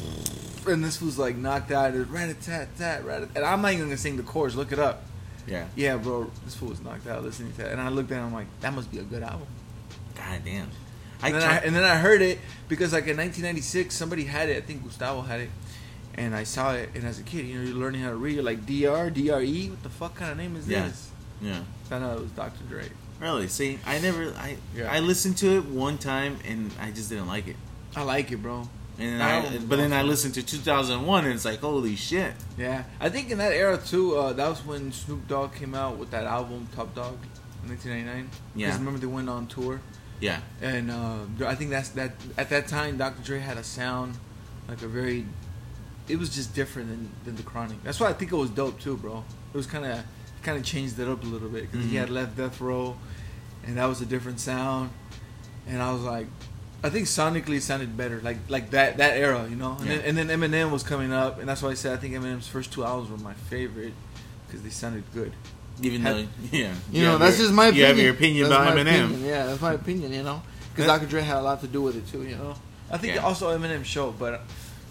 S1: And this was like knocked out. It's Rat a Tat Tat, Rat And I'm not even gonna sing the chorus, look it up.
S2: Yeah.
S1: Yeah, bro, this fool was knocked out listening to that. And I looked at him, I'm like, that must be a good album.
S2: God damn. I,
S1: And then, I,
S2: tried,
S1: and then I heard it because like in 1996 somebody had it. I think Gustavo had it, and I saw it. And as a kid, you know, you're learning how to read. You're like Dr. Dre. E? What the fuck kind of name is
S2: Yeah.
S1: this?
S2: yeah.
S1: Found out it was Dr. Dre.
S2: Really? See, I never. I
S1: Yeah.
S2: I listened to it one time and I just didn't like it.
S1: I like it, bro.
S2: And then
S1: That
S2: I,
S1: album's
S2: but then I
S1: awesome.
S2: listened to 2001 and it's like, holy shit.
S1: Yeah, I think in that era too. Uh, that was when Snoop Dogg came out with that album Top Dog, in 1999. 'Cause
S2: Yeah.
S1: remember they went on tour.
S2: Yeah.
S1: and uh, I think that's that. At that time, Dr. Dre had a sound like a very. It was just different than, than the Chronic. That's why I think it was dope too, bro. It was kind of kind of changed it up a little bit because he
S2: Mhm.
S1: had left Death Row, and that was a different sound. and I was like, I think sonically it sounded better, like like that that era, you know. And,
S2: Yeah.
S1: then, and then Eminem was coming up, and that's why I said I think Eminem's first two albums were my favorite because they sounded good.
S2: Even
S1: Had-
S2: though, yeah,
S3: You
S2: have
S3: know, that's
S2: your-
S3: just my
S2: You
S3: opinion.
S2: have your opinion
S3: That's
S2: about
S3: my
S2: Eminem.
S3: opinion, Yeah, that's my opinion, you know. Because
S1: That-
S3: Dr. Dre had a lot to do with it, too, you know.
S1: I think
S2: Yeah.
S1: also Eminem show, but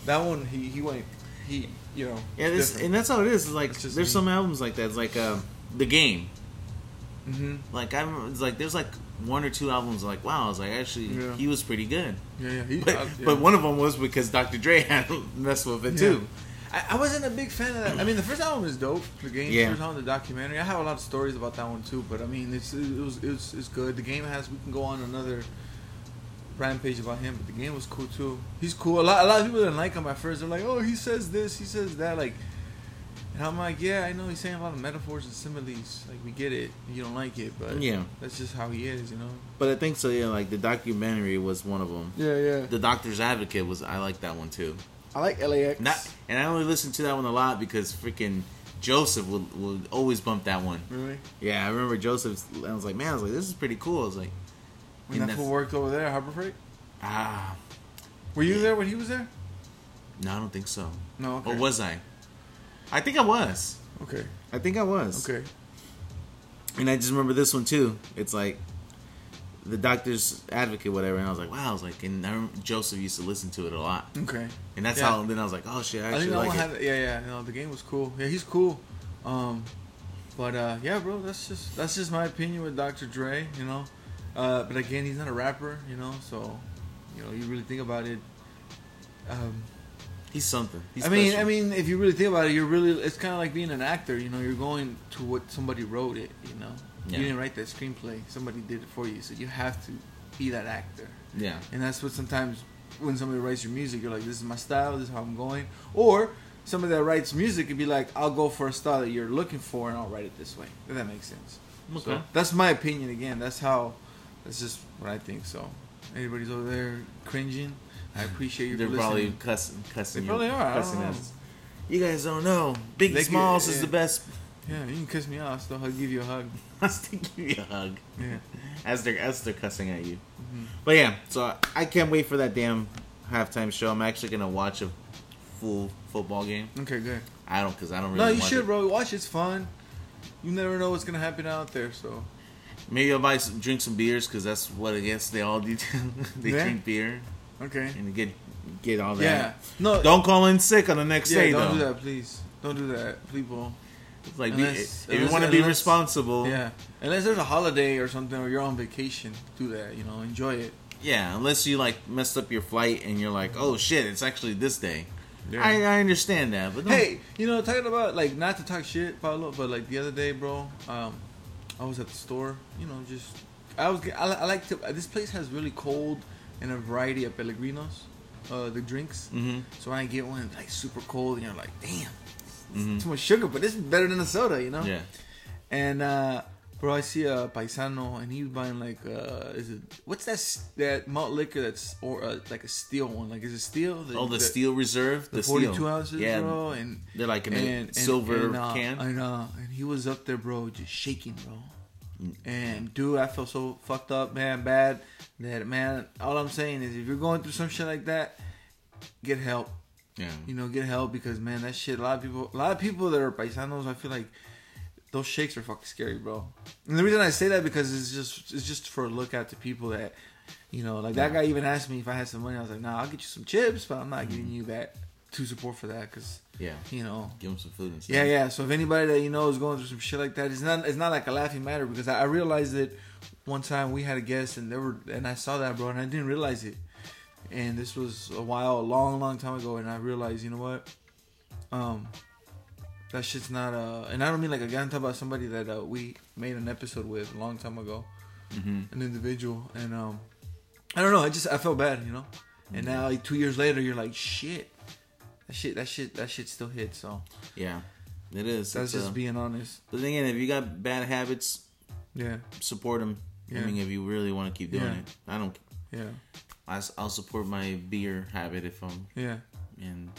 S1: that one he he went he you know
S2: Yeah, this,
S1: different.
S2: and that's how it is. It's Like,
S1: That's just
S2: there's
S1: me.
S2: some albums like that. It's like um, the game.
S1: Mhm.
S2: Like I remember, it's like there's like one or two albums. Like wow, I was like actually
S1: Yeah.
S2: he was pretty good.
S1: yeah yeah, he,
S2: But,
S1: uh, yeah.
S2: but one of them was because Dr. Dre had messed with it too.
S1: I, I wasn't a big fan of that. I mean, the first album is dope. The game,
S2: Yeah.
S1: first album, the documentary. I have a lot of stories about that one too. But I mean, it's it was it's it's good. The game has we can go on another rampage about him. But the game was cool too. He's cool. A lot a lot of people didn't like him at first. They're like, oh, he says this, he says that, like. And I'm like, yeah, I know he's saying a lot of metaphors and similes. Like we get it. You don't like it, but
S2: Yeah.
S1: that's just how he is, you know.
S2: But I think so. Yeah, like the documentary was one of them.
S3: Yeah, yeah.
S2: The Doctor's Advocate was I like that one too.
S3: I like LAX.
S2: Not, and I only listened to that one a lot because freaking Joseph would would always bump that one.
S1: Really?
S2: Yeah, I remember Joseph's. I was like, man, I was like, this is pretty cool. I was like,
S1: When
S2: And
S1: that
S2: that's-
S1: fool worked over there, at Harbor Freight.
S2: ah,
S1: Were you there when he was there?
S2: no, I don't think so.
S1: No. Okay.
S2: Or was I? I think I was.
S1: Okay.
S2: I think I was.
S1: Okay.
S2: And I just remember this one too. It's like the doctor's advocate, whatever. And I was like, wow. I was like, and I remember Joseph used to listen to it a lot.
S1: Okay.
S2: And that's
S1: Yeah.
S2: how. Then I was like, oh shit,
S1: I
S2: I actually
S1: think that
S2: like
S1: one
S2: it.
S1: had, yeah, yeah, no, the game was cool. Yeah, he's cool. Um, but uh, yeah, bro, that's just that's just my opinion with Dr. Dre, you know. Uh, but again, he's not a rapper, you know, so you know, you really think about it. Um,
S2: He's something. He's
S1: I mean, I
S2: special.
S1: mean, if you really think about it, you're really it's kind of like being an actor, you know. You're going to what somebody wrote it, you know.
S2: Yeah.
S1: You didn't write that screenplay; somebody did it for you, so you have to be that actor.
S2: yeah.
S1: And that's what sometimes when somebody writes your music, you're like, this is my style, this is how I'm going. Or somebody that writes music could be like, I'll go for a style that you're looking for and I'll write it this way. If that makes sense. So,
S2: Okay.
S1: that's my opinion again. That's how, that's just what I think. So anybody's over there cringing, I appreciate you
S2: They're
S1: for
S2: probably
S1: listening.
S2: cussing, cussing.
S1: They
S2: you-
S1: probably are, I don't
S2: cussing
S1: know.
S2: us. You guys don't know. Biggie
S1: They could-
S2: Smalls is
S1: yeah.
S2: the best.
S1: Yeah, you can kiss me off. Still, I'll give you a hug.
S2: I still give you a hug
S1: Yeah.
S2: as they're as they're cussing at you.
S1: Mm-hmm.
S2: But yeah, so I, I can't wait for that damn halftime show. I'm actually gonna watch a full football game.
S1: Okay, good.
S2: I don't because I don't really.
S1: No, you
S2: watch
S1: should,
S2: it.
S1: bro. Watch. It's fun. You never know what's gonna happen out there. So
S2: Maybe I'll buy some, drink some beers because that's what I guess they all do. they
S1: Yeah.
S2: drink beer
S1: okay.
S2: and get get all that.
S1: Yeah. No.
S2: Don't call in sick on the next
S1: Yeah,
S2: day
S1: don't
S2: though.
S1: do that, please. Don't do that, people.
S2: It's Like be-
S1: Unless-
S2: if you
S1: unless-
S2: want to be
S1: unless-
S2: responsible,
S1: Yeah, unless there's a holiday or something, or you're on vacation, do that. You know, enjoy it.
S2: Yeah, unless you like messed up your flight and you're like, oh shit, it's actually this day.
S1: Yeah.
S2: I, I understand that, but don't-
S1: Hey, you know, talking about like not to talk shit, Pablo, but like the other day, bro, um, I was at the store. You know, just I was. get- I, li- I like to. This place has really cold and a variety of pellegrinos, uh, the drinks.
S2: Mhm.
S1: So when I get one like super cold, and you're like, damn, it's too much sugar, but it's better than a soda. You know.
S2: Mm-hmm. yeah,
S1: And uh bro, I see a paisano, and he's buying like uh, is it what's that s- that malt liquor that's or uh, like a steel one? Like is it steel?
S2: oh the, steel reserve, the,
S1: the
S2: steel.
S1: forty-two ounces,
S2: yeah,
S1: bro, and
S2: they're like in
S1: and,
S2: a
S1: and-
S2: silver
S1: and, uh,
S2: can.
S1: And uh, and he was up there, bro, just shaking, bro.
S2: Mm.
S1: And dude, I felt so fucked up, man, bad. That man, all I'm saying is, if you're going through some shit like that, get help
S2: yeah,
S1: you know, get help because man, that shit. A lot of people, a lot of people that are paisanos, I feel like those shakes are fucking scary, bro. And the reason I say that because it's just it's just for a look out to people that, you know, like that guy even asked me if I had some money. I was like, nah, I'll get you some chips, but I'm not giving you that to support for that because,
S2: yeah.
S1: you know,
S2: Give them some food and stuff.
S1: yeah, yeah. So if anybody that you know is going through some shit like that, it's not it's not like a laughing matter because I, I realized it one time we had a guest and there were and I saw that bro and I didn't realize it. And this was a while, a long, long time ago, and I realized, you know what? Um that shit's not uh and I don't mean like again I'm talking about somebody that uh, we made an episode with a long time ago.
S2: Mm-hmm.
S1: An individual and um I don't know, I just I felt bad, you know? And now like two years later you're like shit. That shit that shit that shit still hits, so
S2: yeah. It is.
S1: that's
S2: It's, uh,
S1: just being honest.
S2: but then again, if you got bad habits,
S1: Yeah,
S2: support them. I
S1: Yeah.
S2: mean, if you really want to keep doing
S1: Yeah.
S2: it, I don't.
S1: yeah,
S2: I, will support my beer habit if I'm
S1: yeah.
S2: and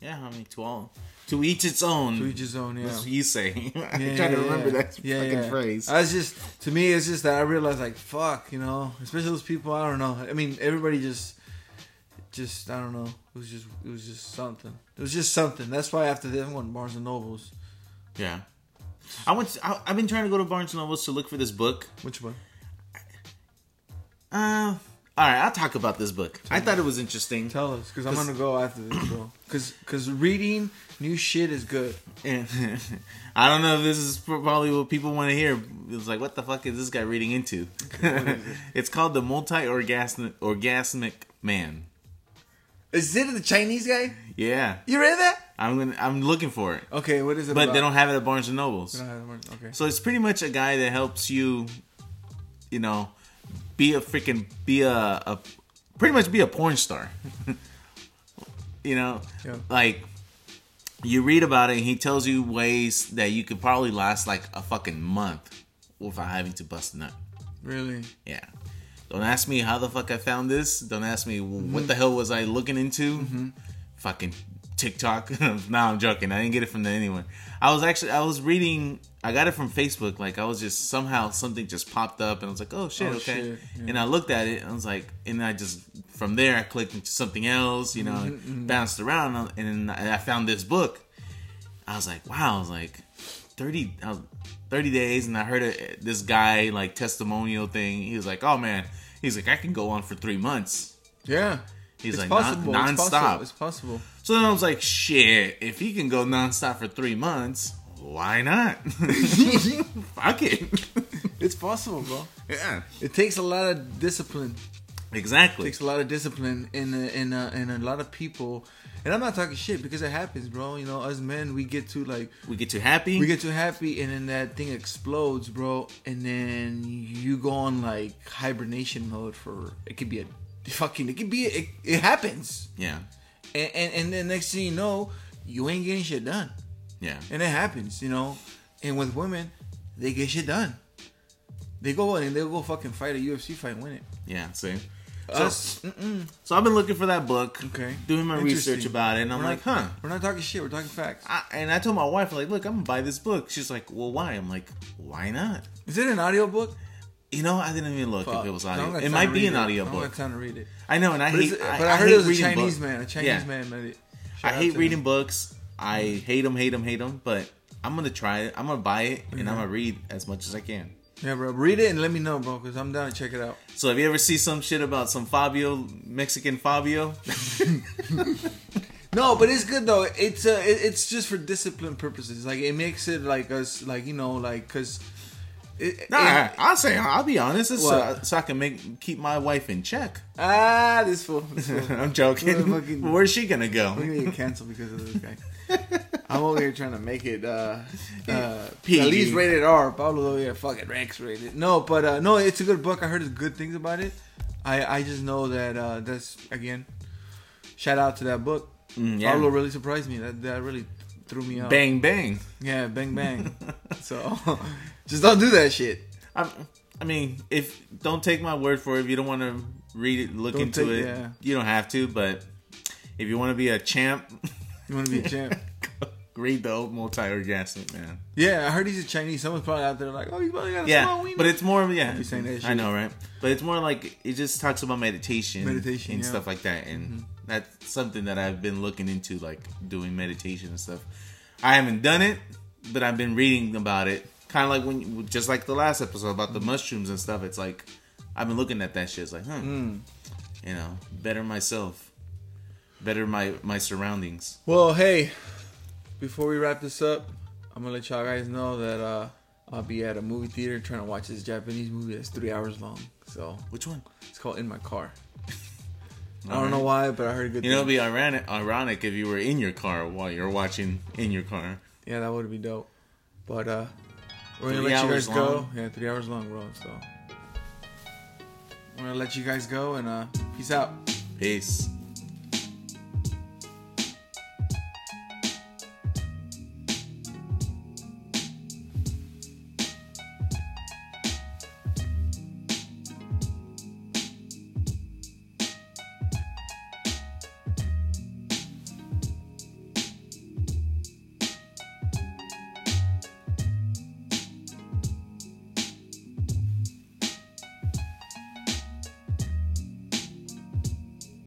S2: Yeah, I mean to all, to each its own.
S1: To each his own. Yeah.
S2: That's what you say. I
S1: Yeah,
S2: try to
S1: yeah,
S2: remember
S1: yeah.
S2: that
S1: Yeah,
S2: fucking
S1: yeah.
S2: phrase.
S1: I was just to me, it's just that I realized like fuck, you know, especially those people. I don't know. I mean, everybody just, just I don't know. It was just it was just something. It was just something. That's why after this, I went to Barnes and Nobles.
S2: yeah. I went. To, I, I've been trying to go to Barnes and Nobles to look for this book.
S1: Which one?
S2: Uh, all right, I'll talk about this book. I thought it was interesting.
S1: Tell us, because I'm gonna go after this, bro. Because reading new shit is good.
S2: I don't know if this is probably what people want to hear. It's like, what the fuck is this guy reading into? it's called the multi-orgasmic orgasmic man.
S1: Is it the Chinese guy?
S2: Yeah,
S1: You read that?
S2: I'm gonna. I'm looking for it,
S1: Okay, what is it?
S2: but
S1: about?
S2: they don't have it at Barnes and Nobles.
S1: They don't have one. Okay.
S2: So it's pretty much a guy that helps you, you know, be a freaking be a, a pretty much be a porn star. you know,
S1: Yeah.
S2: like you read about it, and he tells you ways that you could probably last like a fucking month without having to bust a nut.
S1: Really?
S2: Yeah. Don't ask me how the fuck I found this. Don't ask me
S1: Mm-hmm.
S2: what the hell was I looking into. Fucking TikTok. nah, I'm joking. I didn't get it from anyone. I was actually I was reading. I got it from Facebook. Like I was just somehow something just popped up, and I was like, oh shit,
S1: Oh,
S2: okay.
S1: shit, yeah.
S2: And I looked at it, and I was like, and I just from there I clicked into something else. You know,
S1: Mm-hmm,
S2: and bounced around, and I- and I found this book. I was like, wow, I was like, 30, I was 30 days, and I heard a, this guy like testimonial thing. He was like, oh man, he's like, I can go on for three months.
S1: Yeah.
S2: He's like, non nonstop.
S1: It's possible. It's possible.
S2: So then I was like, shit, if he can go nonstop for three months, why not? Fuck it.
S1: It's possible, bro.
S2: yeah,
S1: It takes a lot of discipline. It
S2: exactly.
S1: takes a lot of discipline in a, in a, in a lot of people. And I'm not talking shit because it happens, bro. You know, as men, we get too like
S2: We get too happy.
S1: we get too happy, and then that thing explodes, bro. And then you go on like hibernation mode for it could be a fucking it could be it, it happens,
S2: yeah,
S1: and, and and then next thing you know, you ain't getting shit done,
S2: yeah.
S1: and it happens, you know. And with women, they get shit done. They go and they'll go fucking fight a UFC fight and win it.
S2: Yeah, see. So,
S1: Us, mm-mm.
S2: so I've been looking for that book,
S1: Oh. Okay.
S2: doing my
S1: Interesting.
S2: research about it, and I'm
S1: We're
S2: like,
S1: not-
S2: huh.
S1: We're not talking shit. We're talking facts.
S2: I, and I told my wife, like, look, I'm gonna buy this book. She's like, well, why? I'm like, why not?
S1: Is it an audiobook?
S2: You know, I didn't even look if it was
S1: I don't
S2: audio.
S1: got
S2: It
S1: time
S2: might
S1: to
S2: be
S1: read
S2: an
S1: it.
S2: audio
S1: I don't
S2: book.
S1: got time to read it.
S2: I know, and I
S1: But,
S2: hate.
S1: is it,
S2: I,
S1: but I, heard
S2: hate
S1: it was a
S2: reading
S1: Chinese
S2: books.
S1: man. A Chinese
S2: Yeah.
S1: man made it.
S2: I
S1: Shout out
S2: hate
S1: to
S2: reading
S1: him.
S2: books. I hate them, hate them, hate them. But I'm gonna try it. I'm gonna buy it, and
S1: Mm-hmm.
S2: I'm gonna read as much as I can.
S1: Yeah, bro. Read it and let me know, bro, because I'm down to check it out.
S2: So, have you ever seen some shit about some Fabio Mexican Fabio?
S1: No, but it's good though. It's uh, it, it's just for discipline purposes. Like it makes it like us, like you know, like because. It,
S2: nah,
S1: it-
S2: I'll say. I'll be honest. It's so,
S1: What?
S2: so I can make keep my wife in check.
S1: ah, this fool. This fool.
S2: I'm joking.
S1: Well, fucking-
S2: Where's she gonna go?
S1: We're gonna get canceled because of this guy. I'm over here trying to make it uh, uh,
S2: PG.
S1: at least rated R. Pablo over here fucking X rated. No, but uh, no, it's a good book. I heard good things about it. I I just know that uh, that's again, shout out to that book.
S2: Mm, yeah.
S1: Pablo really surprised me. That that really threw me off.
S2: Bang bang.
S1: Yeah, bang bang. so just don't do that shit.
S2: I, I mean, if don't take my word for it. If you don't want to read it, look
S1: Don't
S2: into
S1: take-
S2: it.
S1: yeah.
S2: You don't have to, but if you want to be a champ,
S1: You want to be a champ.
S2: read the old multi-orgasmic man.
S1: yeah, I heard he's a Chinese. Someone's probably out there like, oh, he's probably got a small
S2: Yeah,
S1: wiener.
S2: but it's more yeah.
S1: be saying that
S2: I
S1: shit.
S2: know, right? But it's more like it just talks about meditation, Mm-hmm.
S1: Meditation,
S2: and
S1: yeah.
S2: stuff like that, and that's something that I've been looking into, like doing meditation and stuff. I haven't done it, but I've been reading about it. Kind of like when, just like the last episode about the mushrooms and stuff. It's like I've been looking at that shit. It's like, huh, you know, better myself, better my my surroundings.
S1: Well, hey, before we wrap this up, I'm gonna let y'all guys know that uh, I'll be at a movie theater trying to watch this Japanese movie that's three hours long. So
S2: Which one?
S1: it's called In My Car. I don't know why, but I heard good.
S2: You know, it'd
S1: things.
S2: be ironic, ironic if you were in your car while you're watching in your car.
S1: yeah, that would be dope. But uh, we're gonna
S2: Three
S1: let you
S2: hours
S1: guys go.
S2: long?
S1: Yeah, three hours long, bro. So we're gonna let you guys go and uh, peace out.
S2: Peace.